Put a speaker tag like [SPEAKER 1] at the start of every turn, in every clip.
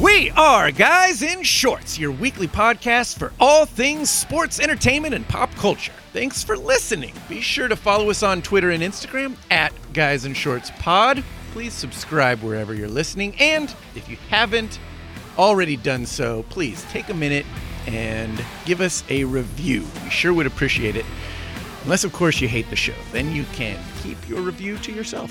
[SPEAKER 1] We are Guys in Shorts, your weekly podcast for all things sports, entertainment, and pop culture. Thanks for listening. Be sure to follow us on Twitter and Instagram at Guys in Shorts Pod. Please subscribe wherever you're listening. And if you haven't already done so, please take a minute and give us a review. We sure would appreciate it. Unless, of course, you hate the show. Then you can keep your review to yourself.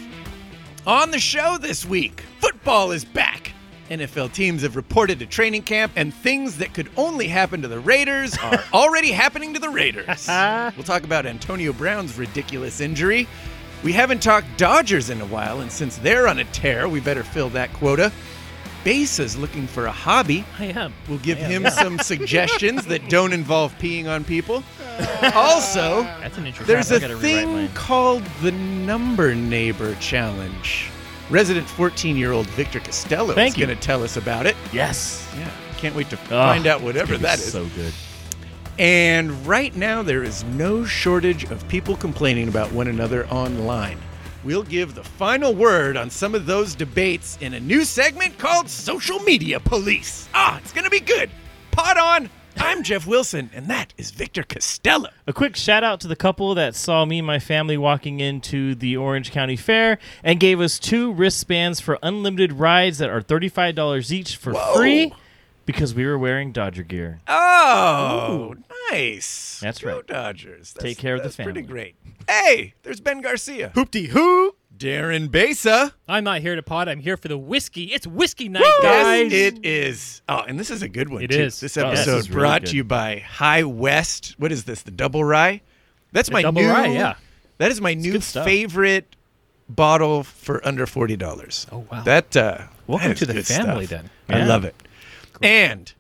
[SPEAKER 1] On the show this week, football is back. NFL teams have reported to training camp, and things that could only happen to the Raiders are already happening to the Raiders. we'll talk about Antonio Brown's ridiculous injury. We haven't talked Dodgers in a while, and since they're on a tear, we better fill that quota. Basa's looking for a hobby.
[SPEAKER 2] I am.
[SPEAKER 1] We'll give him some suggestions that don't involve peeing on people. also,
[SPEAKER 2] That's an interesting.
[SPEAKER 1] there's
[SPEAKER 2] I
[SPEAKER 1] a
[SPEAKER 2] gotta rewrite
[SPEAKER 1] thing
[SPEAKER 2] mine.
[SPEAKER 1] called the Number Neighbor Challenge. Resident 14 year old Victor Costello
[SPEAKER 2] Thank
[SPEAKER 1] is
[SPEAKER 2] you.
[SPEAKER 1] going to tell us about it.
[SPEAKER 2] Yes.
[SPEAKER 1] Yeah, can't wait to
[SPEAKER 2] Ah,
[SPEAKER 1] find out whatever
[SPEAKER 2] it's
[SPEAKER 1] that is.
[SPEAKER 2] So good.
[SPEAKER 1] And right now, there is no shortage of people complaining about one another online. We'll give the final word on some of those debates in a new segment called Social Media Police. Ah, it's going to be good. Pot on. I'm Jeff Wilson, and that is Victor Costello.
[SPEAKER 2] A quick shout out to the couple that saw me and my family walking into the Orange County Fair and gave us two wristbands for unlimited rides that are thirty-five dollars each for
[SPEAKER 1] Whoa.
[SPEAKER 2] free because we were wearing Dodger gear.
[SPEAKER 1] Oh, nice.
[SPEAKER 2] That's
[SPEAKER 1] Go
[SPEAKER 2] right.
[SPEAKER 1] Dodgers. That's,
[SPEAKER 2] Take care of the
[SPEAKER 1] that's Pretty
[SPEAKER 2] family.
[SPEAKER 1] great. Hey, there's Ben Garcia,
[SPEAKER 3] Hoopty hoo!
[SPEAKER 1] Darren Besa.
[SPEAKER 3] I'm not here to pod. I'm here for the whiskey. It's whiskey night,
[SPEAKER 1] Yes,
[SPEAKER 3] guys.
[SPEAKER 1] it is. Oh, and this is a good one.
[SPEAKER 3] It
[SPEAKER 1] too.
[SPEAKER 3] is.
[SPEAKER 1] This
[SPEAKER 3] Oh,
[SPEAKER 1] episode
[SPEAKER 3] this
[SPEAKER 2] is really
[SPEAKER 1] brought
[SPEAKER 2] good.
[SPEAKER 1] to you by High West. What is this? The double rye. That's my
[SPEAKER 3] double
[SPEAKER 1] new.
[SPEAKER 3] rye, yeah.
[SPEAKER 1] That is my new
[SPEAKER 2] good stuff.
[SPEAKER 1] favorite bottle for under forty dollars.
[SPEAKER 3] Oh, wow.
[SPEAKER 1] That uh,
[SPEAKER 3] Welcome
[SPEAKER 1] that is
[SPEAKER 3] to the
[SPEAKER 1] good
[SPEAKER 3] family,
[SPEAKER 1] stuff.
[SPEAKER 3] then.
[SPEAKER 1] I
[SPEAKER 2] Yeah.
[SPEAKER 1] love it. And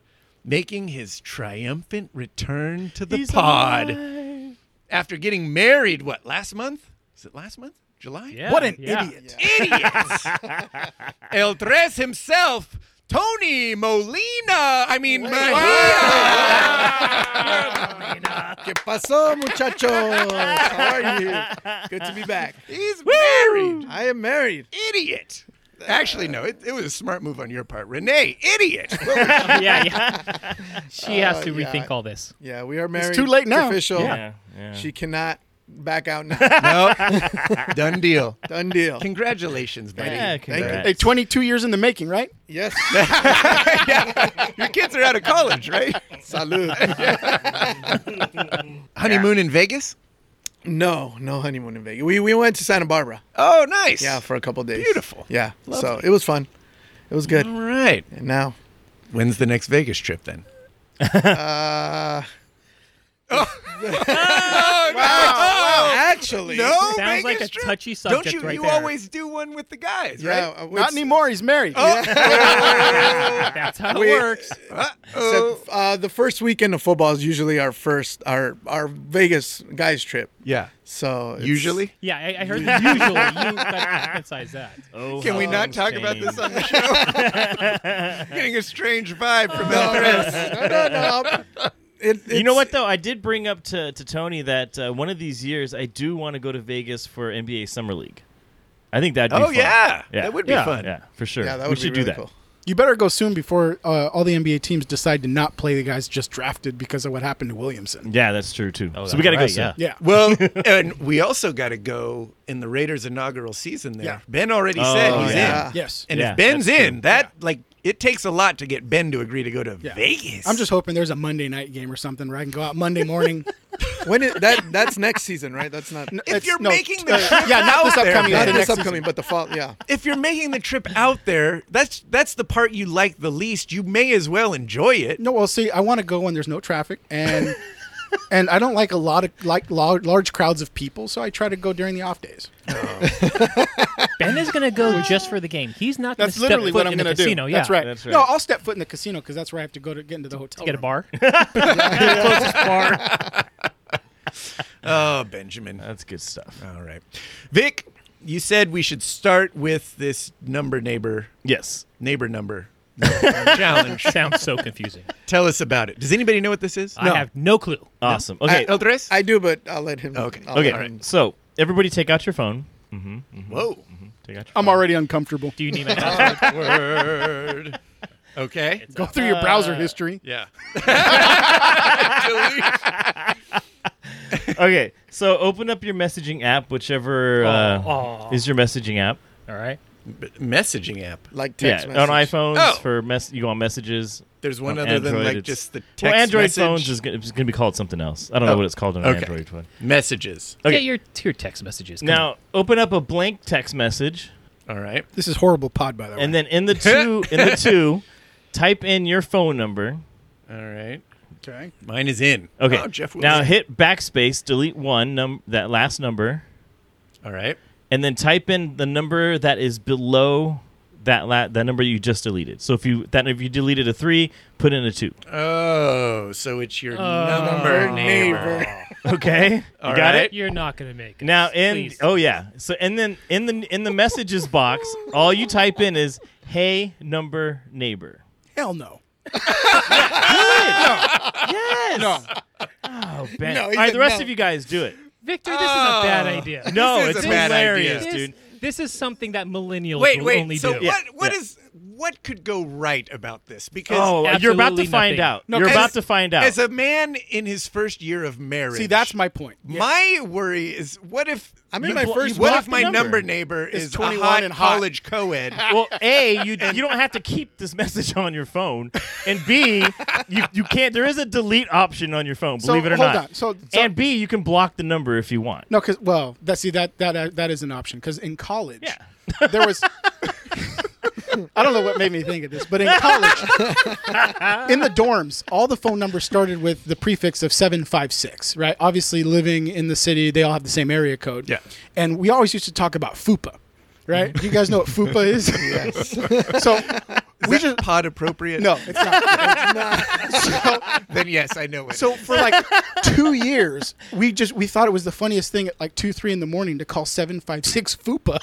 [SPEAKER 1] making his triumphant return to the
[SPEAKER 2] He's
[SPEAKER 1] pod
[SPEAKER 2] alive.
[SPEAKER 1] after getting married. What last month? Is it last month? July.
[SPEAKER 2] Yeah,
[SPEAKER 3] What an
[SPEAKER 2] yeah.
[SPEAKER 3] idiot.
[SPEAKER 1] idiots. El Tres himself, Tony Molina. I mean,
[SPEAKER 3] ¿Qué pasó, muchachos? How are you? Good to be back.
[SPEAKER 1] He's married.
[SPEAKER 3] I am married.
[SPEAKER 1] Idiot. Actually, no, it, it was a smart move on your part. Renee, idiot.
[SPEAKER 4] yeah, yeah. She
[SPEAKER 3] Oh,
[SPEAKER 4] has to
[SPEAKER 5] Uh, yeah.
[SPEAKER 4] rethink all this.
[SPEAKER 5] Yeah, we are married.
[SPEAKER 3] too late
[SPEAKER 5] It's
[SPEAKER 3] now.
[SPEAKER 5] Official.
[SPEAKER 2] Yeah. yeah.
[SPEAKER 5] She cannot back out now.
[SPEAKER 1] no, done deal.
[SPEAKER 5] Done deal.
[SPEAKER 1] Congratulations, buddy.
[SPEAKER 2] Yeah, congrats.
[SPEAKER 3] Hey,
[SPEAKER 4] 22 years in the making, right?
[SPEAKER 5] Yes.
[SPEAKER 1] Your kids are out of college, right?
[SPEAKER 5] Salud.
[SPEAKER 1] Honeymoon in Vegas?
[SPEAKER 5] no, no honeymoon in Vegas. We we went to Santa Barbara.
[SPEAKER 1] Oh, nice.
[SPEAKER 5] Yeah, for a couple days.
[SPEAKER 1] Beautiful.
[SPEAKER 5] Yeah. So
[SPEAKER 1] Lovely. Mm.
[SPEAKER 5] it was fun. It was good.
[SPEAKER 1] All right.
[SPEAKER 5] And now,
[SPEAKER 1] When's the next Vegas trip then?
[SPEAKER 5] uh,
[SPEAKER 1] Oh,
[SPEAKER 5] actually,
[SPEAKER 1] no.
[SPEAKER 4] Sounds like a
[SPEAKER 1] Vegas trip?
[SPEAKER 4] touchy subject
[SPEAKER 1] Don't you,
[SPEAKER 4] right
[SPEAKER 1] you
[SPEAKER 4] there.
[SPEAKER 1] always do one with the guys,
[SPEAKER 5] Yeah,
[SPEAKER 1] right?
[SPEAKER 5] uh, it's-
[SPEAKER 3] Not anymore. He's married.
[SPEAKER 4] That's how it
[SPEAKER 5] We-
[SPEAKER 4] works.
[SPEAKER 1] Uh-oh.
[SPEAKER 5] except, uh, the first weekend of football is usually our first, our our Vegas guys trip.
[SPEAKER 1] Yeah.
[SPEAKER 5] So it's-
[SPEAKER 1] Usually.
[SPEAKER 4] Yeah, I, I heard usually. You gotta emphasize that.
[SPEAKER 2] Oh,
[SPEAKER 1] Can we
[SPEAKER 2] how
[SPEAKER 1] not talk about
[SPEAKER 2] insane.
[SPEAKER 1] this on the show? I'm getting a strange vibe from El Tres.
[SPEAKER 5] no, no, no. It,
[SPEAKER 2] You know
[SPEAKER 5] it's-
[SPEAKER 2] what though? I did bring up to, to Tony that uh, one of these years I do want to go to Vegas for NBA Summer League. I think that'd be
[SPEAKER 1] Oh,
[SPEAKER 2] fun.
[SPEAKER 1] yeah. That would be
[SPEAKER 2] Yeah,
[SPEAKER 1] fun.
[SPEAKER 2] Yeah, for sure.
[SPEAKER 5] Yeah, that
[SPEAKER 2] we
[SPEAKER 5] would
[SPEAKER 2] should
[SPEAKER 5] be really
[SPEAKER 2] do that.
[SPEAKER 5] cool.
[SPEAKER 6] You better go soon before uh, all the NBA teams decide to not play the guys just drafted because of what happened to Williamson.
[SPEAKER 2] Yeah, that's true too.
[SPEAKER 1] Oh,
[SPEAKER 2] so we gotta
[SPEAKER 4] that's
[SPEAKER 2] go
[SPEAKER 4] right,
[SPEAKER 2] soon.
[SPEAKER 4] yeah.
[SPEAKER 6] Yeah.
[SPEAKER 1] Well, and we also got to go in the Raiders' inaugural season there.
[SPEAKER 6] Yeah.
[SPEAKER 1] Ben already said
[SPEAKER 2] Oh,
[SPEAKER 1] he's
[SPEAKER 5] yeah.
[SPEAKER 1] in.
[SPEAKER 6] Yes.
[SPEAKER 1] And
[SPEAKER 2] Yeah,
[SPEAKER 1] if Ben's
[SPEAKER 2] that's true.
[SPEAKER 1] in, that, like, it takes a lot to get Ben to agree to go to
[SPEAKER 6] Yeah.
[SPEAKER 1] Vegas.
[SPEAKER 6] I'm just hoping there's a Monday night game or something where I can go out Monday morning.
[SPEAKER 5] When is, that that's next season, right? That's not
[SPEAKER 1] If
[SPEAKER 6] It's-
[SPEAKER 1] you're
[SPEAKER 6] no,
[SPEAKER 1] making the
[SPEAKER 6] uh, yeah, not this
[SPEAKER 1] out there, Ben.
[SPEAKER 6] upcoming, but
[SPEAKER 5] not
[SPEAKER 6] the
[SPEAKER 5] this
[SPEAKER 6] next
[SPEAKER 5] upcoming, but the fall. Yeah.
[SPEAKER 1] if you're making the trip out there, that's that's the part you like the least. You may as well enjoy it.
[SPEAKER 6] No, well, see, I want to go when there's no traffic and and I don't like a lot of like large, large crowds of people, so I try to go during the off days.
[SPEAKER 4] Ben is gonna go just for the game. He's not gonna
[SPEAKER 3] That's
[SPEAKER 4] step
[SPEAKER 3] literally
[SPEAKER 4] foot
[SPEAKER 3] what I'm
[SPEAKER 4] in the
[SPEAKER 3] gonna do.
[SPEAKER 4] casino. Yeah.
[SPEAKER 6] That's, right.
[SPEAKER 2] That's
[SPEAKER 6] No,
[SPEAKER 2] right.
[SPEAKER 6] I'll step foot in the casino because that's where I have to go to get into the hotel.
[SPEAKER 4] Get a
[SPEAKER 6] room.
[SPEAKER 4] bar. Closest bar.
[SPEAKER 1] Oh, Benjamin.
[SPEAKER 2] That's good stuff.
[SPEAKER 1] All right. Vic, you said we should start with this number neighbor
[SPEAKER 2] Yes.
[SPEAKER 1] neighbor number challenge.
[SPEAKER 4] Sounds so confusing.
[SPEAKER 1] Tell us about it. Does anybody know what this is?
[SPEAKER 4] I have no clue.
[SPEAKER 2] Awesome. Okay.
[SPEAKER 1] El Tres?
[SPEAKER 5] I do, but I'll let him.
[SPEAKER 1] Okay.
[SPEAKER 5] I'll
[SPEAKER 2] okay.
[SPEAKER 5] let him-
[SPEAKER 2] So everybody, take out your phone. Mm-hmm.
[SPEAKER 1] Whoa.
[SPEAKER 2] Take out your
[SPEAKER 6] I'm already uncomfortable.
[SPEAKER 4] Do you need my password?
[SPEAKER 1] Word. Okay.
[SPEAKER 6] Go through your
[SPEAKER 4] Uh,
[SPEAKER 6] browser history.
[SPEAKER 1] Yeah.
[SPEAKER 2] okay, so open up your messaging app, whichever uh, is your messaging app.
[SPEAKER 4] All right.
[SPEAKER 1] messaging app.
[SPEAKER 5] like text
[SPEAKER 2] yeah,
[SPEAKER 5] message.
[SPEAKER 2] on iPhones
[SPEAKER 1] Oh.
[SPEAKER 2] for mess. You go on messages.
[SPEAKER 1] There's one
[SPEAKER 2] On
[SPEAKER 1] other than
[SPEAKER 2] Android,
[SPEAKER 1] like
[SPEAKER 2] it's-
[SPEAKER 1] just the text
[SPEAKER 2] well, Android
[SPEAKER 1] message. Oh,
[SPEAKER 2] phones is going to be called something else. I don't know what it's called on an
[SPEAKER 1] okay.
[SPEAKER 2] Android phone.
[SPEAKER 1] messages.
[SPEAKER 2] Okay.
[SPEAKER 4] Yeah, your your text messages. Come on.
[SPEAKER 2] Now open up a blank text message,
[SPEAKER 1] All right.
[SPEAKER 6] This is horrible pod, by the way.
[SPEAKER 2] and then in the two in the two, type in your phone number.
[SPEAKER 1] All right.
[SPEAKER 6] okay.
[SPEAKER 1] Mine is in.
[SPEAKER 2] Okay.
[SPEAKER 1] Oh, Jeff Wilson.
[SPEAKER 2] now hit backspace, delete one num that last number,
[SPEAKER 1] All right.
[SPEAKER 2] and then type in the number that is below that la- that number you just deleted. So if you that if you deleted a three, put in a two.
[SPEAKER 1] Oh, so it's your number neighbor.
[SPEAKER 2] Okay, you
[SPEAKER 1] All
[SPEAKER 2] got
[SPEAKER 1] right.
[SPEAKER 2] it.
[SPEAKER 4] You're not gonna make it.
[SPEAKER 2] Now in
[SPEAKER 4] Please.
[SPEAKER 2] oh yeah. So and then in the in the messages box, all you type in is hey number neighbor.
[SPEAKER 6] Hell no.
[SPEAKER 2] Yes. No. Oh Ben.
[SPEAKER 5] No,
[SPEAKER 2] all
[SPEAKER 5] he
[SPEAKER 2] right,
[SPEAKER 5] said
[SPEAKER 2] the rest
[SPEAKER 5] no.
[SPEAKER 2] of you guys do it.
[SPEAKER 4] Victor, this is a bad idea.
[SPEAKER 2] No,
[SPEAKER 1] This is
[SPEAKER 2] it's
[SPEAKER 1] a bad
[SPEAKER 2] hilarious,
[SPEAKER 1] idea.
[SPEAKER 4] This,
[SPEAKER 2] dude.
[SPEAKER 4] this is something that millennials
[SPEAKER 1] Wait,
[SPEAKER 4] will only
[SPEAKER 1] wait. So
[SPEAKER 4] do.
[SPEAKER 1] what? What
[SPEAKER 2] yeah.
[SPEAKER 1] is? What could go right about this? Because
[SPEAKER 2] Oh, you're about to
[SPEAKER 4] absolutely
[SPEAKER 2] find
[SPEAKER 4] nothing.
[SPEAKER 2] out. you're about
[SPEAKER 1] as-
[SPEAKER 2] to find out.
[SPEAKER 1] as a man in his first year of marriage.
[SPEAKER 6] See, that's my point.
[SPEAKER 1] My worry is what if
[SPEAKER 5] I'm in my
[SPEAKER 2] blo-
[SPEAKER 5] first
[SPEAKER 2] you
[SPEAKER 1] what
[SPEAKER 2] block
[SPEAKER 1] if my
[SPEAKER 2] the
[SPEAKER 1] number,
[SPEAKER 2] number.
[SPEAKER 1] neighbor
[SPEAKER 5] It's
[SPEAKER 1] is
[SPEAKER 5] 21
[SPEAKER 1] a hot
[SPEAKER 5] and hot.
[SPEAKER 1] college co-ed?
[SPEAKER 2] well, a you you don't have to keep this message on your phone, and b you you can't. There is a delete option on your phone,
[SPEAKER 6] So,
[SPEAKER 2] believe it or
[SPEAKER 6] hold
[SPEAKER 2] not.
[SPEAKER 6] on. So- so-
[SPEAKER 2] and b you can block the number if you want.
[SPEAKER 6] No, because well, that see that that uh, that is an option. Because in college, there was. I don't know what made me think of this, but in college, in the dorms, all the phone numbers started with the prefix of seven five six. Right, obviously living in the city, they all have the same area code.
[SPEAKER 1] Yeah.
[SPEAKER 6] and we always used to talk about FUPA. Right, you guys know what FUPA is. yes. So
[SPEAKER 1] Is
[SPEAKER 6] we
[SPEAKER 1] that
[SPEAKER 6] just
[SPEAKER 1] pod appropriate?
[SPEAKER 6] no, it's not.
[SPEAKER 1] Then yes, I know it.
[SPEAKER 6] So for like two years, we just we thought it was the funniest thing at like two, three in the morning to call seven five six FUPA,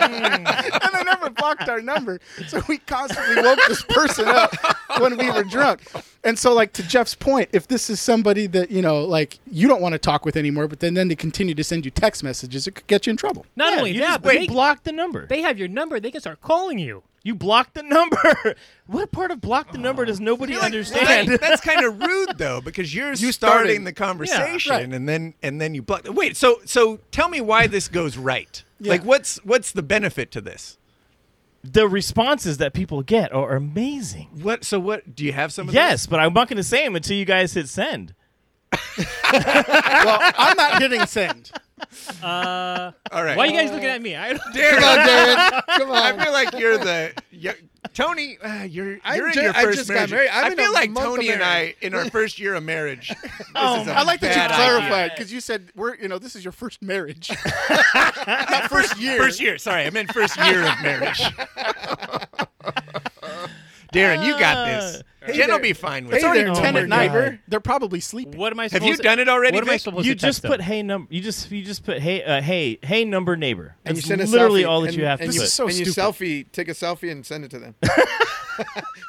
[SPEAKER 6] and they never blocked our number. So we constantly woke this person up when we were drunk. And so, like to Jeff's point, if this is somebody that you know, like you don't want to talk with anymore, but then then they continue to send you text messages, it could get you in trouble.
[SPEAKER 4] Not
[SPEAKER 2] Yeah,
[SPEAKER 4] only
[SPEAKER 2] you
[SPEAKER 4] that,
[SPEAKER 2] just
[SPEAKER 4] but
[SPEAKER 2] you
[SPEAKER 4] they,
[SPEAKER 2] block the number.
[SPEAKER 4] they have your number. They can start calling you.
[SPEAKER 2] you block the number. what part of block the number does nobody
[SPEAKER 1] You're like,
[SPEAKER 2] understand?
[SPEAKER 1] right, that's kind of rude though, because you're starting,
[SPEAKER 5] started.
[SPEAKER 1] the conversation
[SPEAKER 6] right.
[SPEAKER 1] and then and then you block. Wait, so so tell me why this goes right. Like what's what's the benefit to this?
[SPEAKER 2] the responses that people get are amazing.
[SPEAKER 1] What so what do you have some of
[SPEAKER 2] Yes, but I'm not going to say them until you guys hit send.
[SPEAKER 6] Well, I'm not getting send.
[SPEAKER 1] those? All right.
[SPEAKER 4] Why are you guys looking at me? I don't
[SPEAKER 5] Come on, Darren. Come
[SPEAKER 1] I
[SPEAKER 5] on.
[SPEAKER 1] feel like you're the you Tony. Uh, you're
[SPEAKER 5] I'm
[SPEAKER 1] you're in
[SPEAKER 5] ju-
[SPEAKER 1] your
[SPEAKER 5] I
[SPEAKER 1] first
[SPEAKER 5] just got
[SPEAKER 1] marriage.
[SPEAKER 5] married. I'm
[SPEAKER 1] I
[SPEAKER 5] in
[SPEAKER 1] feel
[SPEAKER 5] a
[SPEAKER 1] like
[SPEAKER 5] month of
[SPEAKER 1] Tony and I
[SPEAKER 5] marriage. Oh.
[SPEAKER 1] in our first year of marriage.
[SPEAKER 6] I like that you
[SPEAKER 1] Bad
[SPEAKER 6] clarified because you said we're you know this is your first marriage.
[SPEAKER 1] first year. First year. Sorry, I meant first year of marriage. Darren, you got this.
[SPEAKER 2] Uh,
[SPEAKER 1] Jen will be fine with
[SPEAKER 6] It's
[SPEAKER 1] it.
[SPEAKER 6] already
[SPEAKER 2] there,
[SPEAKER 6] ten
[SPEAKER 2] Homer
[SPEAKER 6] at night.
[SPEAKER 2] guy.
[SPEAKER 6] They're probably sleeping.
[SPEAKER 4] What am I?
[SPEAKER 1] Have you done it already?
[SPEAKER 4] What am I
[SPEAKER 1] Vic?
[SPEAKER 4] supposed
[SPEAKER 2] you
[SPEAKER 4] to
[SPEAKER 2] just
[SPEAKER 4] text
[SPEAKER 2] put
[SPEAKER 4] them?
[SPEAKER 2] hey number. You just you just put hey uh, hey hey number neighbor.
[SPEAKER 5] And you
[SPEAKER 2] That's
[SPEAKER 5] send a
[SPEAKER 2] literally
[SPEAKER 5] selfie,
[SPEAKER 2] all that
[SPEAKER 5] and,
[SPEAKER 2] you have
[SPEAKER 5] and
[SPEAKER 2] to
[SPEAKER 5] you,
[SPEAKER 2] put.
[SPEAKER 6] so
[SPEAKER 5] and you
[SPEAKER 6] stupid.
[SPEAKER 5] selfie, take a selfie and send it to them, Oh.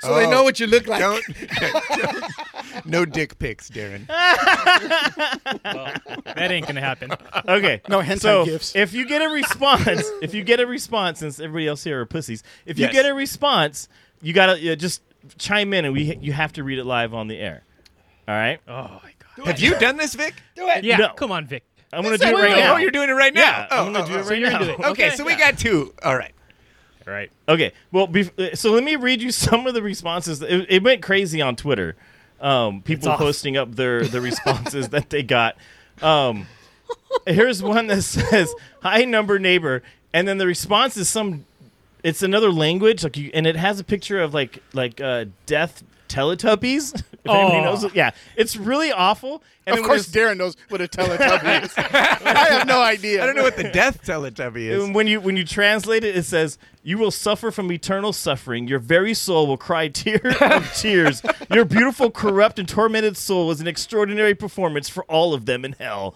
[SPEAKER 5] so they know what you look like.
[SPEAKER 1] Don't, no dick pics, Darren.
[SPEAKER 4] That ain't gonna happen.
[SPEAKER 2] Okay. No
[SPEAKER 6] hentai
[SPEAKER 2] so
[SPEAKER 6] gifs.
[SPEAKER 2] If you get a response, if you get a response, since everybody else here are pussies, if
[SPEAKER 1] Yes.
[SPEAKER 2] you get a response, you gotta uh, just chime in, and we you have to read it live on the air. All right.
[SPEAKER 1] Uh,
[SPEAKER 4] Oh my god.
[SPEAKER 1] Have you done this, Vic?
[SPEAKER 4] Yeah.
[SPEAKER 2] No.
[SPEAKER 4] Come on, Vic.
[SPEAKER 2] I'm gonna do it right
[SPEAKER 1] oh,
[SPEAKER 2] now.
[SPEAKER 1] Oh, you're doing it right now.
[SPEAKER 2] Yeah,
[SPEAKER 1] oh,
[SPEAKER 2] I'm gonna do
[SPEAKER 1] oh,
[SPEAKER 2] it
[SPEAKER 1] oh.
[SPEAKER 2] right
[SPEAKER 4] you're
[SPEAKER 2] now.
[SPEAKER 4] into it.
[SPEAKER 1] Okay,
[SPEAKER 4] Okay,
[SPEAKER 1] so we got two. All right.
[SPEAKER 4] All right.
[SPEAKER 2] Okay. Well, bef- uh, so let me read you some of the responses. It, it went crazy on Twitter. Um, people posting up their the responses that they got. Um, here's one that says, "Hi, number neighbor," and then the response is some. It's another language, like you, and it has a picture of like like uh, death Teletubbies. If anybody
[SPEAKER 4] Oh.
[SPEAKER 2] knows, yeah, it's really awful. And then
[SPEAKER 6] of
[SPEAKER 2] when
[SPEAKER 6] course,
[SPEAKER 2] it's-
[SPEAKER 6] Darren knows what a Teletubby is. I have no idea.
[SPEAKER 1] I don't know what the death Teletubby is.
[SPEAKER 2] And when you when you translate it, it says, "You will suffer from eternal suffering. Your very soul will cry tears of tears. Your beautiful, corrupt, and tormented soul is an extraordinary performance for all of them in hell."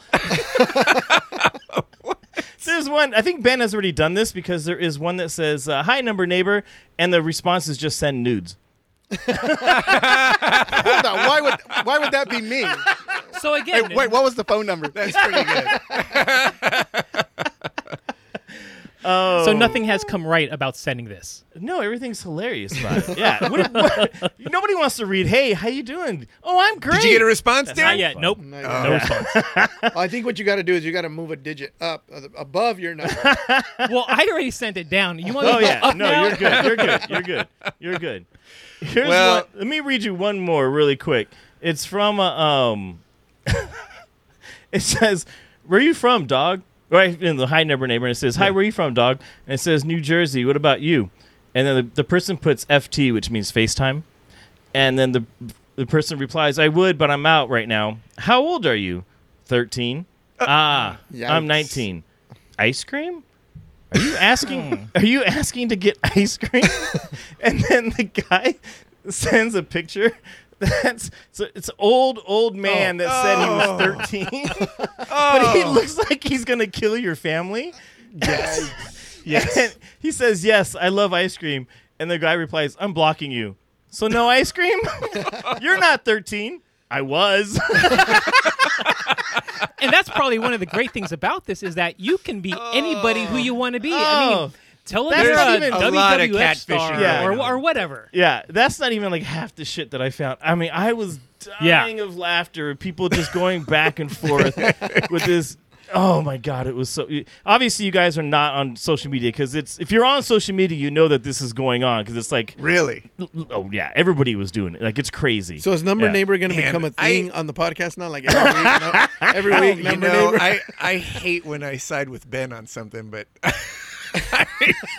[SPEAKER 2] There's one. I think Ben has already done this because there is one that says, uh, "Hi, number neighbor," and the response is just send nudes.
[SPEAKER 6] Hold on. Why would why would that be me?
[SPEAKER 4] So again,
[SPEAKER 6] Wait, what was the phone number?
[SPEAKER 1] That's pretty good.
[SPEAKER 2] Oh.
[SPEAKER 4] So nothing has come right about sending this.
[SPEAKER 2] No, everything's hilarious about it. Yeah. What, what- nobody wants to read, hey, how you doing? Oh, I'm great.
[SPEAKER 1] Did you get a response, Dan?
[SPEAKER 4] Not yet. Nope. No,
[SPEAKER 5] No, you don't.
[SPEAKER 4] response.
[SPEAKER 5] Well, I think what you got to do is you got to move a digit up uh, above your number.
[SPEAKER 4] well, I already sent it down. You want?
[SPEAKER 2] Oh
[SPEAKER 4] to
[SPEAKER 2] yeah, no, you're good. You're good. You're good. You're good. Here's
[SPEAKER 1] Well-
[SPEAKER 2] one. Let me read you one more really quick. It's from a, um. it says, "Where you from, dog?" Right in the high number neighbor, and it says, "Hi, where you from, dog?" And it says, "New Jersey." What about you? And then the, the person puts FT, which means FaceTime, and then the the person replies, "I would, but I'm out right now. How old are you? Thirteen. ah, I'm
[SPEAKER 5] Yikes.
[SPEAKER 2] nineteen. Ice cream." Are you asking? are you asking to get ice cream? and then the guy sends a picture. That's so it's old old man that said he was thirteen, but he looks like he's gonna kill your family. Yes, yes. And he says yes. I love ice cream, and the guy replies, "I'm blocking you." So no ice cream. You're not thirteen. I was.
[SPEAKER 4] and that's probably one of the great things about this is that you can be anybody who you want to be. I mean,
[SPEAKER 2] Oh.
[SPEAKER 4] tell them
[SPEAKER 2] That's
[SPEAKER 4] you're
[SPEAKER 2] not
[SPEAKER 4] a,
[SPEAKER 2] even-
[SPEAKER 1] A lot of
[SPEAKER 4] WWF star
[SPEAKER 1] catfishing
[SPEAKER 2] Yeah.
[SPEAKER 4] or,
[SPEAKER 1] going on.
[SPEAKER 4] or whatever.
[SPEAKER 2] Yeah, that's not even like half the shit that I found. I mean, I was
[SPEAKER 4] Yeah.
[SPEAKER 2] dying of laughter. People just going back and forth with this. Oh my god, it was so. Obviously, you guys are not on social media because it's. If you're on social media, you know that this is going on because it's like,
[SPEAKER 5] really?
[SPEAKER 2] oh yeah, everybody was doing it. Like it's crazy.
[SPEAKER 5] So is number
[SPEAKER 2] Yeah.
[SPEAKER 5] neighbor going to
[SPEAKER 1] Man,
[SPEAKER 5] become a
[SPEAKER 1] I-
[SPEAKER 5] thing on the podcast now? Like every week, no, every week
[SPEAKER 1] You
[SPEAKER 5] number
[SPEAKER 1] know,
[SPEAKER 5] neighbor.
[SPEAKER 1] I, I hate when I side with Ben on something, but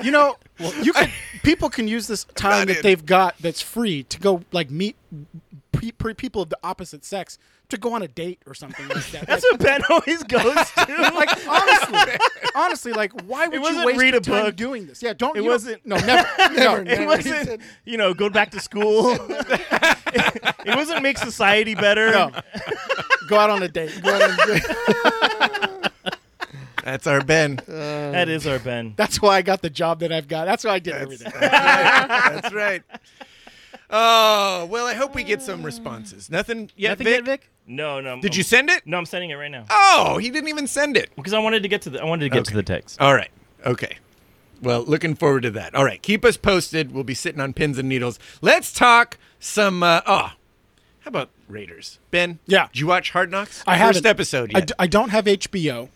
[SPEAKER 6] You know, you can, people can use this
[SPEAKER 1] Not
[SPEAKER 6] time that
[SPEAKER 1] it.
[SPEAKER 6] they've got that's free to go like meet pe- pe- people of the opposite sex to go on a date or something like that.
[SPEAKER 2] that's
[SPEAKER 6] like,
[SPEAKER 2] what Ben always goes to.
[SPEAKER 6] like, honestly, honestly, like why would
[SPEAKER 2] wasn't
[SPEAKER 6] you waste
[SPEAKER 2] read
[SPEAKER 6] your
[SPEAKER 2] a
[SPEAKER 6] time
[SPEAKER 2] book.
[SPEAKER 6] doing this? Yeah, don't.
[SPEAKER 2] It
[SPEAKER 6] you don't-
[SPEAKER 2] wasn't-
[SPEAKER 6] No, never. no,
[SPEAKER 5] Never.
[SPEAKER 2] it wasn't, you know, go back to school. it wasn't make society better.
[SPEAKER 6] no. Go out on a date.
[SPEAKER 5] Go ahead and-
[SPEAKER 1] that's our Ben.
[SPEAKER 2] That is our Ben.
[SPEAKER 6] That's why I got the job that I've got. That's why I did everything.
[SPEAKER 1] That's right. Oh, well, I hope we get some responses. Nothing yet,
[SPEAKER 4] Nothing
[SPEAKER 1] Vic?
[SPEAKER 4] yet, Vic? Oh.
[SPEAKER 2] No, no.
[SPEAKER 1] Did you send it?
[SPEAKER 2] No, I'm sending it right now.
[SPEAKER 1] Oh, he didn't even send it.
[SPEAKER 2] because I wanted to get to the I wanted to get to the text.
[SPEAKER 1] All right. Okay. Well, looking forward to that. All right. Keep us posted. We'll be sitting on pins and needles. Let's talk some. Uh, oh, how about Raiders? Ben?
[SPEAKER 6] Yeah.
[SPEAKER 1] Did you watch Hard Knocks?
[SPEAKER 6] I
[SPEAKER 1] First
[SPEAKER 6] haven't.
[SPEAKER 1] episode
[SPEAKER 6] I,
[SPEAKER 1] yet.
[SPEAKER 6] d- I don't have HBO,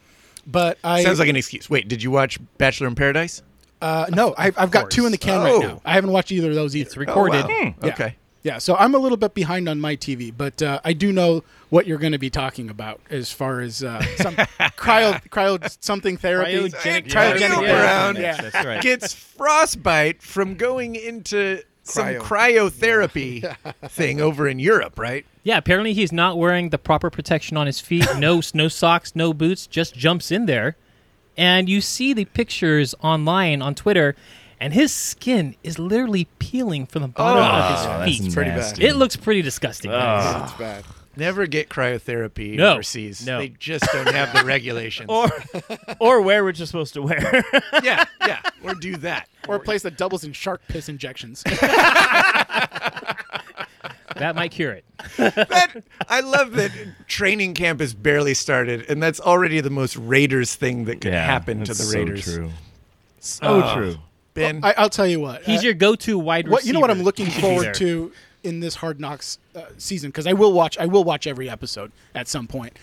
[SPEAKER 6] but I
[SPEAKER 1] Sounds like an excuse. Wait, did you watch Bachelor in Paradise?
[SPEAKER 6] uh, no. I've, I've got two in the
[SPEAKER 1] Oh.
[SPEAKER 6] can
[SPEAKER 1] Hmm,
[SPEAKER 6] right now. I haven't watched either of those either.
[SPEAKER 4] Recorded.
[SPEAKER 6] Yeah.
[SPEAKER 1] Okay.
[SPEAKER 6] Yeah, so I'm a little bit behind on my TV, but uh, I do know what you're going to be talking about as far as uh, some cryo, cryo something therapy.
[SPEAKER 1] Cryogenic
[SPEAKER 6] Cryogenic
[SPEAKER 1] Brown.
[SPEAKER 6] Yeah.
[SPEAKER 2] That's right.
[SPEAKER 1] Gets frostbite from going into some
[SPEAKER 5] Cryo.
[SPEAKER 1] cryotherapy thing over in Europe, right?
[SPEAKER 4] Yeah, apparently he's not wearing the proper protection on his feet. No, s- no socks, no boots. Just jumps in there, and you see the pictures online on Twitter, and his skin is literally peeling from the bottom
[SPEAKER 6] Oh,
[SPEAKER 4] of his feet.
[SPEAKER 5] pretty bad.
[SPEAKER 4] It looks pretty disgusting. guys.
[SPEAKER 5] It's bad.
[SPEAKER 1] Never get cryotherapy
[SPEAKER 4] No.
[SPEAKER 1] overseas.
[SPEAKER 4] No.
[SPEAKER 1] They just don't have the regulations.
[SPEAKER 2] Or or wear what you're supposed to wear.
[SPEAKER 1] yeah, yeah. Or do that.
[SPEAKER 6] Or a place that doubles in shark piss injections.
[SPEAKER 5] Ah.
[SPEAKER 4] That might cure it.
[SPEAKER 1] that I love that training camp has barely started, and that's already the most Raiders thing that could happen to the Raiders.
[SPEAKER 2] So Oh. true.
[SPEAKER 1] Ben,
[SPEAKER 6] I, I'll tell you what.
[SPEAKER 4] He's
[SPEAKER 6] uh,
[SPEAKER 4] your go-to wide receiver.
[SPEAKER 6] what you know what I'm looking
[SPEAKER 4] He should be there.
[SPEAKER 6] forward to in this Hard Knocks uh, season because I will watch I will watch every episode at some point